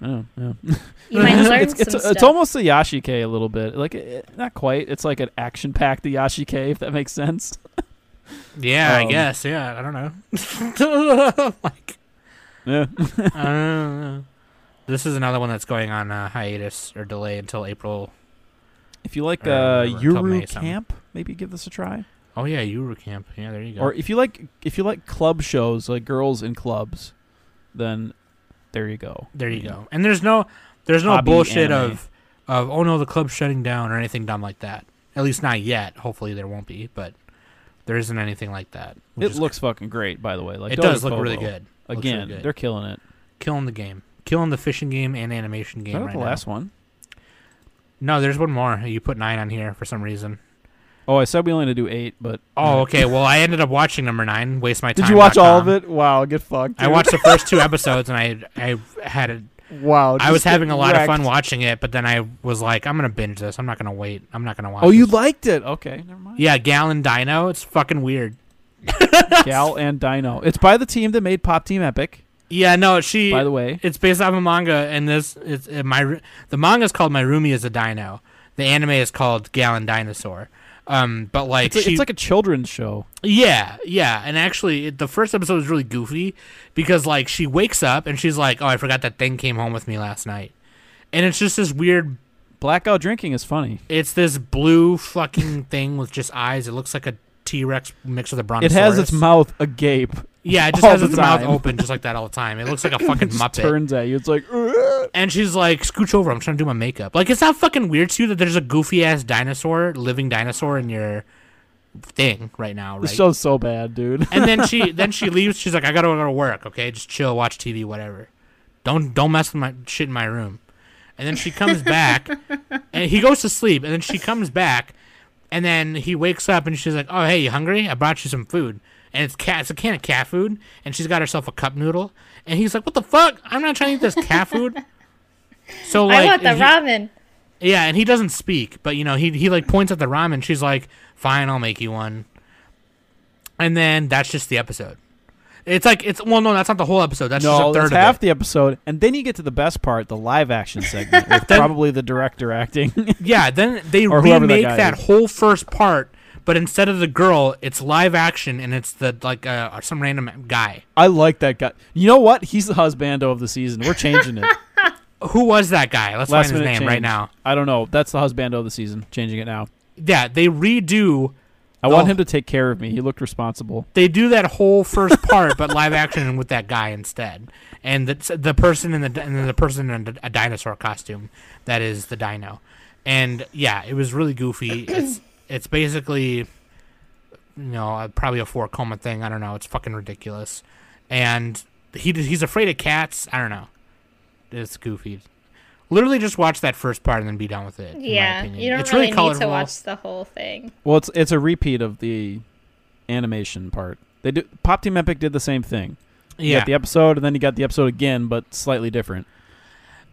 E: I don't know. yeah. *laughs*
D: You might learn
E: it's,
D: some
E: it's,
D: stuff.
E: it's almost a Yashike a little bit. Like it, it- not quite. It's like an action packed Yashike, if that
C: *laughs*
E: makes sense.
C: Yeah, I
E: Um,
C: guess. Yeah, I don't know. *laughs* like,
E: Yeah.
C: I don't know. This is another one that's going on uh, hiatus or delay until April.
E: If you like
C: Or
E: uh,
C: whatever, until May
E: Yuru
C: something.
E: Camp, maybe give this a try.
C: Oh yeah, Euro Camp. Yeah, there you go.
E: Or if you like if you like club shows, like girls in clubs, then there you go.
C: there you go. And there's no, there's no
E: Hobby
C: bullshit
E: anime.
C: of, of oh no, the club's shutting down or anything dumb like that. At least not yet. Hopefully there won't be, but there isn't anything like that. which
E: It
C: is-
E: looks fucking great, by the way. Like
C: it does look
E: Dotafobo.
C: really good. Looks really
E: Again,
C: good.
E: they're killing it.
C: killing the game, killing the fishing game and animation game
E: Is that
C: right
E: the
C: now.
E: last one?
C: No, there's one more. You put nine on here for some reason.
E: Oh, I said we only had to do eight, but
C: Oh, okay. Well, I ended up watching number nine. Waste my time.
F: Did you watch all of it? Wow, get fucked.
C: I watched the first two
E: *laughs*
C: episodes, and I I had it.
F: dude. Wow.
C: I was
F: just get
C: having a lot of fun
F: wrecked.
C: watching it, but then I was like, I'm gonna binge this. I'm not gonna wait. I'm not gonna watch.
F: Oh, you
C: this.
F: liked it.
E: okay, never mind.
C: Yeah, Gal and Dino. It's fucking weird.
E: Gal and Dino. It's by the team that made Pop Team Epic.
C: Yeah, no, she.
E: By the way,
C: it's based off a manga, and this it's uh, my Ru- the manga is called My Roomie is a Dino. The anime is called Gal and Dinosaur. Um, but like
E: it's like,
C: she,
E: it's like a children's show.
C: Yeah, yeah, and actually, it, the first episode was really goofy because like she wakes up and she's like, "Oh, I forgot that thing came home with me last night," and it's just this weird.
E: Blackout drinking is funny.
C: It's this blue fucking *laughs* thing with just eyes. It looks like a T Rex mixed with a
E: It
C: brontosaurus.
E: has its mouth agape. *laughs*
C: Yeah, it just
E: all
C: has
E: the
C: its
E: time.
C: mouth open just like that all the time. It looks
E: *laughs*
C: like a fucking
E: Just
C: muppet.
E: turns at you. It's like "Ugh."
C: And she's like, "Scooch over! I'm trying to do my makeup." Like, it's not fucking weird to you that there's a goofy ass dinosaur, living dinosaur in your thing right now. Right?
E: the show's so bad, dude.
C: and then she then she leaves. She's like, I gotta go to work. Okay, just chill, watch TV, whatever. Don't don't mess with my shit in my room. And then she comes back, and he goes to sleep. And then she comes back, and then he wakes up, and she's like, Oh hey, you hungry? I brought you some food. And it's cat. It's a can of cat food, and she's got herself a cup noodle. And he's like, What the fuck? I'm not trying to eat this cat
D: *laughs*
C: food. So like,
D: I want the
C: he-
D: ramen.
C: yeah, and he doesn't speak, but you know, he he like points at the ramen. She's like, "Fine, I'll make you one." And then that's just the episode. It's like it's well, no, that's not the whole episode. That's
E: no,
C: just a
E: it's
C: third
E: half
C: of it.
E: the episode, and then you get to the best part, the live action
C: *laughs*
E: segment with
C: Then-
E: probably the director acting. *laughs*
C: yeah, then they
E: Or whoever that
C: remake
E: guy
C: that,
E: is.
C: whole first part, but instead of the girl, it's live action, and it's the like uh, some random guy.
E: I like that guy. You know what? He's the husbando of the season.
C: *laughs*
E: We're changing it.
C: Who was that guy? Let's
E: Last
C: find his
E: minute
C: name
E: change.
C: right now.
E: I don't know. That's the husbando of the season. Changing it now.
C: Yeah, they redo.
E: I
C: Oh.
E: want him to take care of me. He looked responsible.
C: They do that whole first part, but live action with that guy instead, and the the person in the and then the person in a dinosaur costume that is the dino, and yeah, it was really goofy.
D: *clears throat*
C: It's it's basically, you know, uh, probably a four coma thing. I don't know. It's fucking ridiculous, and he he's afraid of cats. I don't know. It's goofy. Literally, just watch that first part and then be done with it. in my
D: Yeah,
C: opinion.
D: you don't
C: it's
D: really,
C: really
D: need to
C: colorful.
D: watch the whole thing.
E: Well, it's it's a repeat of the animation part. They do Pop Team Epic did the same thing. You
C: Yeah,
E: got the episode, and then you got the episode again, but slightly different.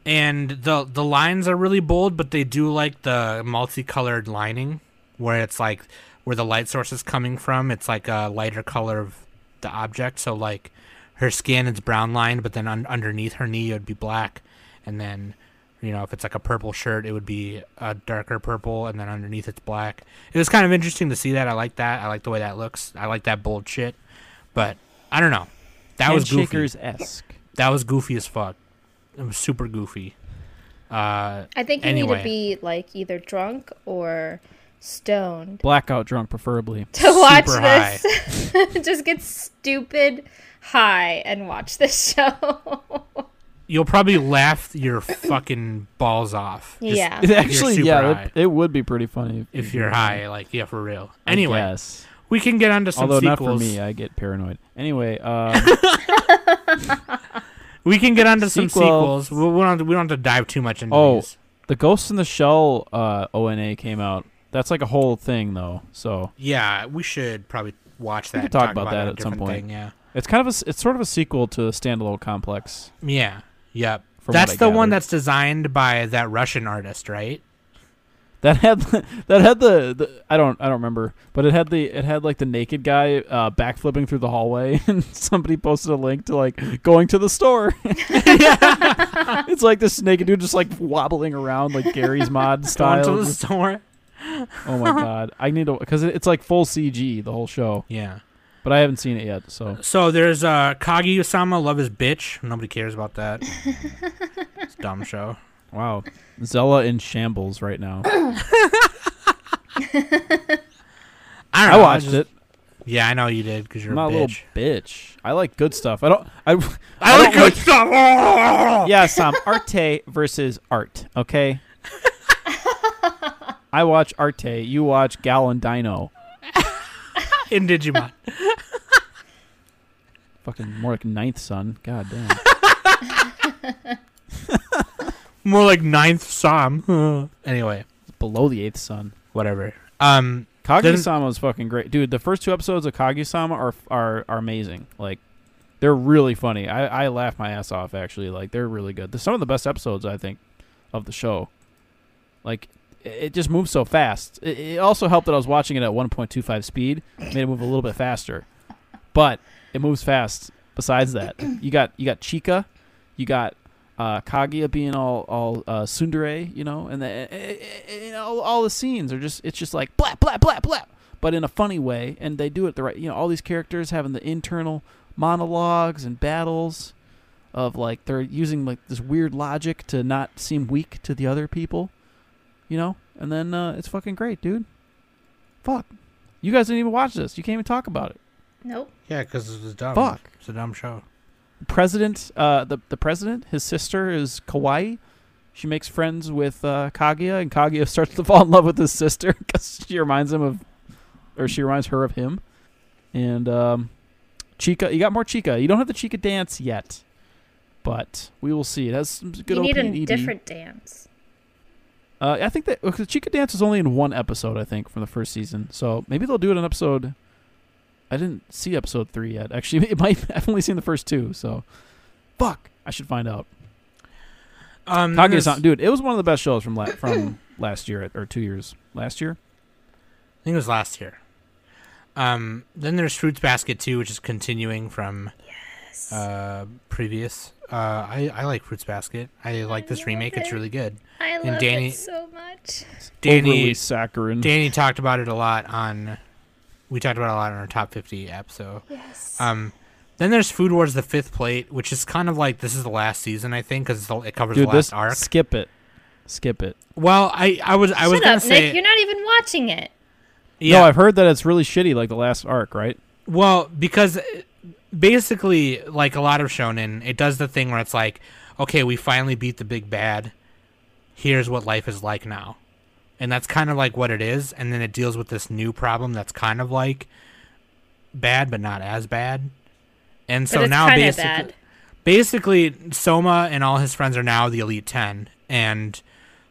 C: and the the lines are really bold, but they do like the multicolored lining where it's like where the light source is coming from. It's like a lighter color of the object. So like her skin is brown lined, but then un- underneath her knee it would be black, and then you know if it's like a purple shirt, it would be a darker purple, and then underneath it's black. It was kind of interesting to see that. I like that. I like the way that looks. I like that bold shit. But I don't know. That was goofy.
E: Shakers esque.
C: That was goofy as fuck. It was super goofy. Uh,
D: I think you need
C: Anyway.
D: to be like either drunk or stoned *laughs*
E: blackout drunk, preferably.
D: to watch
C: Super
D: this. *laughs* Just get stupid high and watch this *laughs* show.
C: You'll probably laugh your fucking balls off. Just
D: yeah.
E: *laughs* It actually,
C: super
E: yeah,
C: high.
E: that, it would be pretty funny
C: If you're high, like yeah, for real.
E: I
C: Anyway,
E: guess.
C: we can get onto some
E: although
C: sequels.
E: not for me, uh, I get paranoid. Anyway, uh,
C: *laughs* We can get onto some
E: Sequels.
C: sequels. We, we don't. We don't have to dive too much into
E: Oh.
C: these.
E: the Ghost in the Shell uh, ONA came out. That's like a whole thing, though. So
C: Yeah, we should probably watch that.
E: could
C: and
E: talk about
C: it,
E: that
C: a
E: at some
C: different
E: point.
C: Thing, yeah.
E: it's kind of a, s- it's sort of a sequel to Standalone Complex.
C: Yeah. Yep.
E: From
C: that's
E: what
C: the
E: I
C: one
E: gathered.
C: that's designed by that Russian artist, right?
E: That had that had the, the I don't I don't remember, but it had the it had like the naked guy uh, backflipping through the hallway, *laughs* and somebody posted a link to like going to
C: *laughs*
E: the store. *laughs* it's like this naked dude just like wobbling around like Gary's mod
C: *laughs* Going to
E: style.
C: the store.
E: oh my god, I need to because it, it's like full CG the whole show,
C: Yeah.
E: but I haven't seen it yet. So
C: So there's uh, Kagi Usama, Love Is Bitch. Nobody cares about that. it's a dumb show.
E: wow, Zella in shambles right now.
C: *coughs* I,
E: I
C: don't know,
E: watched
C: just-
E: it.
C: Yeah, I know you did because you're
E: I'm
C: a
E: not a
C: bitch.
E: little bitch. I like good stuff. I don't. I
C: I, like good *laughs* stuff.
E: *laughs* yeah, Sam. Arte versus art. Okay. I watch Arte. You watch Gal and Dino.
C: In Digimon.
E: Fucking more like ninth son. God damn.
C: More like ninth
E: *laughs*
C: Psalm. anyway,
E: It's below the eighth son.
C: whatever. Um,
E: Kaguya-sama is fucking great, dude. The first two episodes of Kaguya-sama are are are amazing. Like, they're really funny. I I laugh my ass off actually. Like, they're really good. They're some of the best episodes I think of the show. Like, it, it just moves so fast. It, it also helped that I was watching it at 1.25 speed, made it move a little bit faster. But it moves fast. Besides that, you got you got Chica, you got. Uh, Kaguya being all all uh, tsundere, you know, and the, eh, eh, eh, eh, all, all the scenes are just it's just like blah blah blah blah, but in a funny way, and they do it the right. You know, all these characters having the internal monologues and battles of like they're using like this weird logic to not seem weak to the other people, you know, and then uh, it's fucking great, dude. Fuck, you guys didn't even watch this. You can't even talk about it.
D: Nope.
C: yeah, because it was dumb.
E: Fuck.
C: It's a dumb show.
E: president uh the, the president his sister is kawaii she makes friends with uh, kaguya and kaguya *laughs* starts to fall in love with his sister because she reminds him of or she reminds her of him and um chica you got more chica you don't have the chica dance yet but we will see it has some good
D: you
E: old
D: need a
C: E
E: PDD.
D: different dance.
E: uh, i think that because chica dance is only in one episode i think from the first season so maybe they'll do it in episode i didn't see episode three yet actually *laughs* it might i've only seen the first two so fuck i should find out
C: Um,
E: Kaguya
C: this-
E: Sama, dude, it was one of the best shows from
C: *laughs*
E: la- from last year or two years last year.
C: I think it was last year. Um, then there's Fruits Basket 2, which is continuing from uh, previous. Uh, I, I like Fruits Basket. I like this
D: love
C: remake. It's
D: it.
C: really good.
D: I love
C: Danny-
D: it so much.
C: Danny-
E: Overly saccharine.
C: Danny talked about it a lot on. We talked about it a lot on our top 50 app. So,
D: Yes.
C: um, then there's Food Wars: The Fifth Plate, which is kind of like this is the last season, I think, because it covers
E: dude,
C: the last
E: this
C: arc.
E: skip it, skip it.
C: Well, I I was I was
D: Shut
C: gonna
D: up,
C: say
D: Nick. You're not even watching it.
C: yeah.
E: No, I've heard that it's really shitty, like the last arc, right?
C: Well, because uh, basically, like a lot of shonen, it does the thing where it's like, okay, we finally beat the big bad. Here's what life is like now. And that's kind of like what it is. And then it deals with this new problem that's kind of like bad, but not as bad. And so
D: but it's
C: now
D: kinda
C: basically,
D: bad.
C: basically Soma and all his friends are now the elite 10 and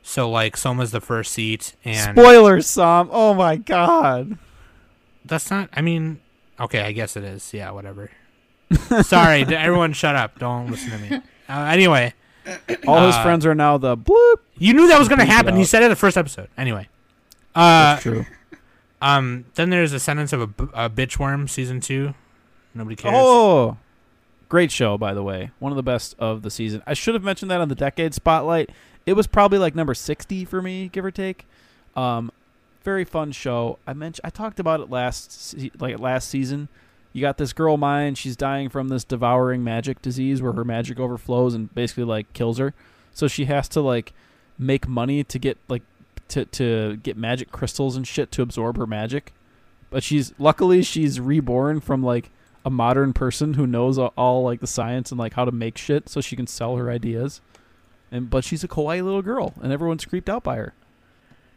C: so like Soma's the first seat and
E: Spoilers, Sam. Oh
C: *laughs*
E: my god.
C: that's not I mean okay, I guess it is. Yeah, whatever. *laughs* Sorry, d- everyone shut up. Don't listen to
E: *laughs*
C: me. Uh, anyway,
E: All his
C: Uh,
E: friends are now the bloop.
C: you knew that was going to
E: Bleep it
C: happen. You
E: out.
C: said it in the first episode. Anyway. Uh
E: That's true.
C: um then there's a sentence of a, b- a bitch worm season 2. Nobody cares.
E: Oh, great show, by the way. One of the best of the season. I should have mentioned that on the decade spotlight. It was probably like number sixty for me, give or take. Um, very fun show. I mentioned I talked about it last se- like last season. You got this girl mine. She's dying from this devouring magic disease where her magic overflows and basically like kills her. So she has to like make money to get like to to get magic crystals and shit to absorb her magic. But she's luckily she's reborn from like a modern person who knows all, all like the science and like how to make shit, so she can sell her ideas. And but she's a kawaii little girl, and everyone's creeped out by her.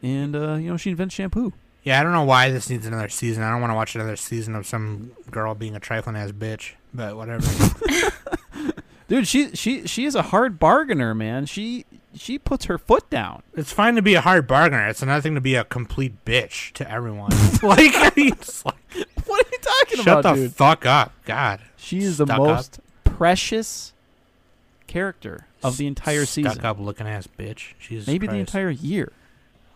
E: And uh, you know she invents shampoo.
C: Yeah, I don't know why this needs another season. I don't want to watch another season of some girl being a trifling ass bitch, but
E: *laughs*
C: whatever.
E: Dude, she she she is a hard bargainer, man. She she puts her foot down. *laughs*
C: it's fine to be a hard bargainer. It's another thing to be a complete bitch to everyone. *laughs* like, I mean, it's like,
E: What are you talking
C: shut
E: about,
C: the
E: dude?
C: fuck up. God.
E: she is the
C: stuck up.
E: most precious character of the entire
C: Stuck
E: season,
C: up looking ass bitch. Jesus
E: maybe the
C: Christ.
E: entire year.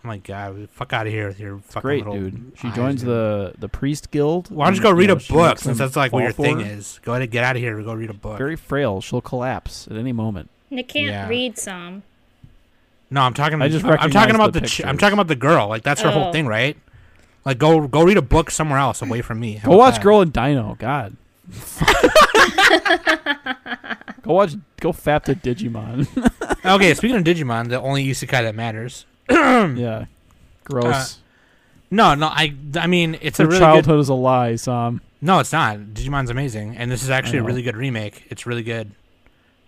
C: Oh my God. Fuck out of here with your fucking
E: Great,
C: little
E: dude. She
C: eyes,
E: joins
C: dude.
E: the the priest guild.
C: Why don't you
E: and,
C: go read
E: know,
C: a
E: she
C: book
E: makes
C: since
E: them
C: that's like what
E: fall
C: your
E: for
C: thing
E: her.
C: is? Go ahead and get out of here and go read a book.
E: Very frail. She'll collapse at any moment.
D: And it can't
C: Yeah.
D: read some.
C: No, I'm talking.
E: I just
C: I'm- I'm talking
E: recognize
C: about
E: the
C: the. ch- I'm
E: pictures.
C: talking about the girl. Like that's her whole
D: Oh.
C: thing, right? Like go go read a book somewhere else away from me. How
E: Go
C: about
E: watch
C: that?
E: Girl and Dino. God. go watch. Go fap
C: *laughs*
E: to Digimon.
C: Okay, speaking of Digimon, the only isekai that matters.
E: yeah. Gross.
C: No, no, I I mean Uh, it's a
E: Your
C: really
E: childhood is a lie, Sam.
C: good. No, it's not. Digimon's amazing, and this is actually a
E: know.
C: really good remake. It's really good,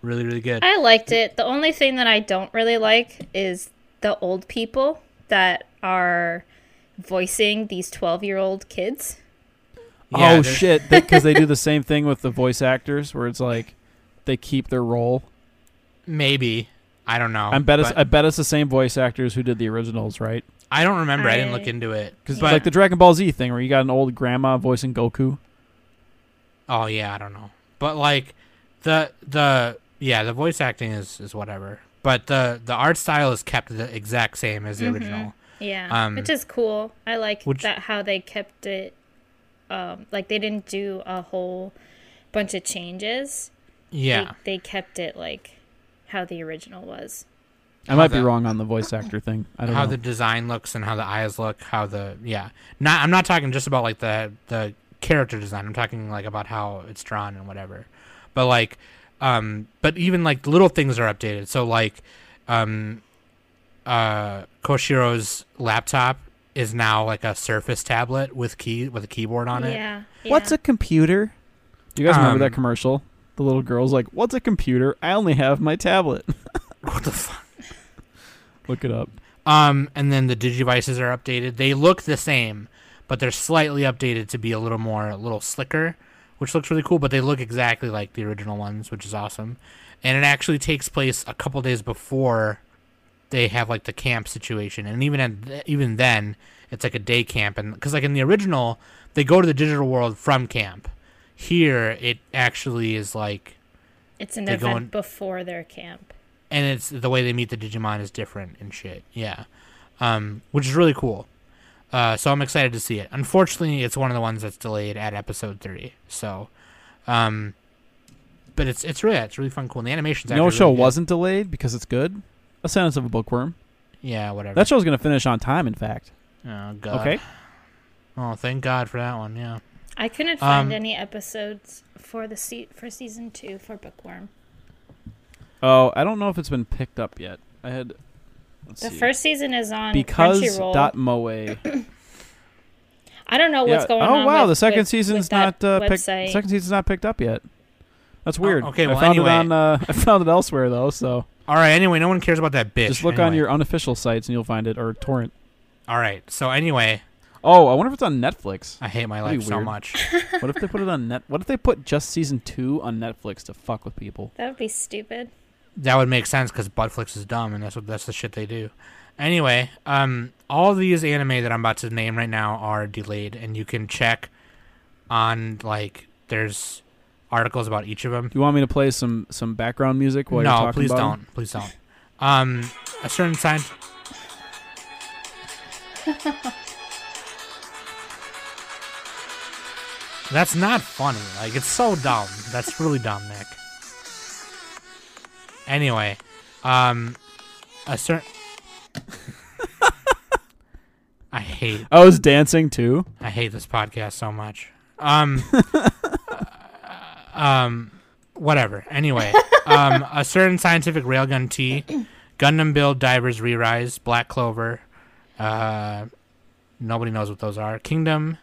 C: really really good.
D: I liked it. The only thing that I don't really like is the old people that are voicing these 12 year old kids.
C: Yeah,
E: oh
C: there's-
E: shit! Because they do the same thing with the voice actors, where it's like they keep their role.
C: Maybe I don't know.
E: I bet it's
C: Oh, but
E: I bet it's the same voice actors who did the originals, right?
C: I don't remember. I, didn't
D: I-
C: look into it.
E: Because
C: But-
E: like the Dragon Ball Z thing, where you got an old grandma voicing Goku.
C: Oh yeah, I don't know. But like the the yeah, the voice acting is is whatever. But the the art style is kept the exact same as the original.
D: Yeah.
C: Um,
D: which is cool. I like
C: which-
D: that how they kept it. Um, like they didn't do a whole bunch of changes. They-
C: Yeah.
D: They, kept it like how the original was.
E: I might be
C: the-
E: wrong on the voice actor thing. I don't
C: How
E: know.
C: the design looks and how the eyes look, how the yeah. Not I'm not talking just about like the the character design. I'm talking like about how it's drawn and whatever. But like um but even like little things are updated. So like um uh Koshiro's laptop is now like a Surface tablet with key with a keyboard on it.
D: Yeah.
E: What's
D: yeah.
E: a computer? Do you guys remember
C: Um,
E: that commercial? The little girl's like, "What's a computer? I only have my tablet."
C: *laughs*
E: *laughs*
C: What the fuck?
E: Look it up.
C: Um, and then the Digivices are updated. They look the same, but they're slightly updated to be a little more, a little slicker, which looks really cool. But they look exactly like the original ones, which is awesome. And it actually takes place a couple days before they have like the camp situation. And even at, even then, it's like a day camp. And because like in the original, they go to the digital world from camp. Here, it actually is like
D: It's an
C: they go
D: event
C: on-
D: before their camp.
C: and it's the way they meet the Digimon is different and shit. Yeah, um, which is really cool. Uh, so I'm excited to see it. Unfortunately, it's one of the ones that's delayed at episode three. So, um, but it's it's really it's really fun, cool. And the animation's
E: no
C: actually
E: show
C: really good.
E: wasn't delayed because it's good. A sentence of a bookworm.
C: Yeah, whatever.
E: That show's gonna finish on time. In fact,
C: oh god.
E: okay.
C: Oh, thank God for that one. Yeah.
D: I couldn't find
C: Um,
D: any episodes for the se- for season two for Bookworm.
E: Oh, I don't know if it's been picked up yet. I had let's
D: The
E: see.
D: first season is on
E: because
D: Crunchyroll.
E: dot
D: *clears throat*
E: moe.
D: I don't know what's
E: Yeah.
D: going
E: oh
D: on.
E: wow,
D: with-
E: the second
D: with-
E: season's
D: with that
E: not uh, picked.
D: website.
E: Second season's not picked up yet. That's weird.
C: Oh, okay, well,
E: I found
C: anyway.
E: it on. Uh, *laughs* I found it elsewhere though. So
C: All right. Anyway, no one cares about that bitch.
E: just look on
C: anyway.
E: your unofficial sites and you'll find it or torrent.
C: All right. So anyway,
E: Oh, I wonder if it's on Netflix.
C: I hate my
E: That'd be
C: life so
E: weird.
C: much.
E: what if they put it on net? What if they put just season two on Netflix to fuck with people?
D: That would be stupid.
C: that would make sense because Buttflix is dumb, and that's what that's the shit they do. Anyway, um, all these anime that I'm about to name right now are delayed, and you can check on like there's articles about each of them.
E: Do you want me to play some some background music while you're
C: No,
E: talking
C: please
E: about 'em?
C: don't, please don't. Um, a certain sign. *laughs* That's not funny. Like it's so dumb. That's really dumb, Nick. Anyway, um, a certain. *laughs* I hate
E: I was Oh, dancing too.
C: I hate this podcast so much. Um, uh, um, whatever. Anyway, um, a certain scientific railgun T, Gundam build divers re-rise, Black Clover, Uh, nobody knows what those are. Kingdom,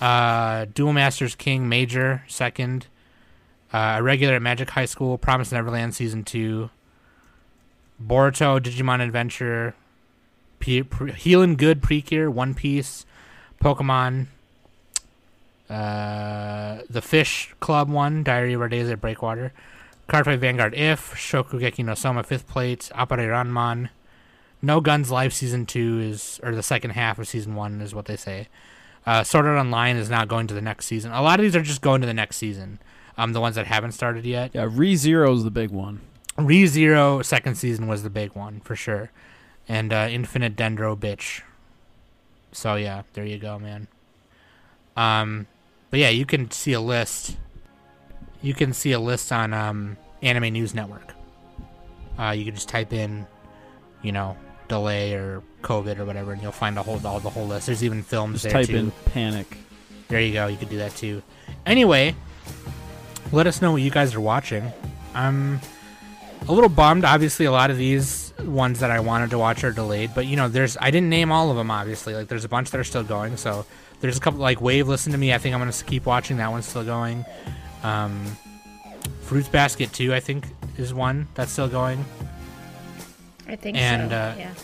C: uh, Dual Masters King Major second, uh, a regular at Magic High School, Promise Neverland season two, Boruto Digimon Adventure, P- Pre- Healing Good Precure One Piece, Pokemon, uh, the Fish Club one, Diary of Our Days at Breakwater, Cardfight Vanguard If, Shokugeki no Soma Fifth Plate, Apare Ranman, No Guns Live Season 2 is, or the second half of Season 1 is what they say. Uh, Sword Art Online is not going to the next season. A lot of these are just going to the next season. Um, the ones that haven't started yet.
E: Yeah, ReZero is the big one.
C: ReZero second season was the big one for sure. And uh, Infinite Dendro bitch. So yeah, there you go, man. Um but yeah, you can see a list. You can see a list on um Anime News Network. Uh you can just type in, you know, delay or COVID or whatever and you'll find the whole all the whole list. There's even films
E: Just
C: there
E: type
C: too.
E: in panic.
C: There you go. You could do that too. Anyway, let us know what you guys are watching. I'm a little bummed. Obviously, a lot of these ones that I wanted to watch are delayed, but you know, there's I didn't name all of them. Obviously, like there's a bunch that are still going. So there's a couple like Wave. Listen to me. I think I'm gonna s- keep watching. That one's still going. Um, Fruits Basket Two, I think, is one that's still going.
D: I think
C: And,
D: so.
C: uh,
D: yeah.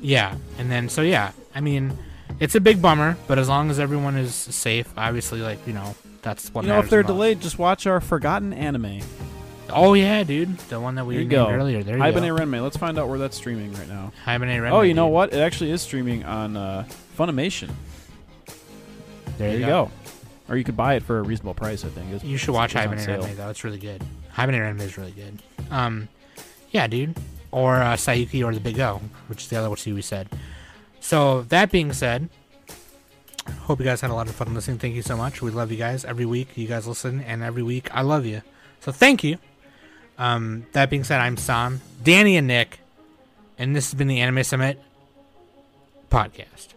C: Yeah, and then so yeah, I mean, it's a big bummer, but as long as everyone is safe, obviously, like you know, that's what
E: You know, if
C: matters
E: they're
C: the most.
E: delayed, just watch our forgotten anime.
C: Oh yeah, dude, the one that we
E: There you
C: named
E: go.
C: earlier. There you go.
E: Hibernate Renmei. Let's find out where that's streaming right now.
C: Hibernate Remedy.
E: oh, you know
C: dude.
E: what? It actually is streaming on uh, Funimation.
C: There,
E: There, you go. Or you could buy it for a reasonable price, I think. It's-
C: You should watch
E: it's on
C: Hibernate
E: sale.
C: Remedy though. It's really good. Hibernate Remedy is really good. Um, yeah, dude, or uh, Sayuki or the Big O, which is the other two we said. So that being said, hope you guys had a lot of fun listening. Thank you so much. We love you guys. Every week you guys listen, and every week I love you. So thank you. Um, that being said, I'm Sam, Danny, and Nick, and this has been the Anime Summit podcast.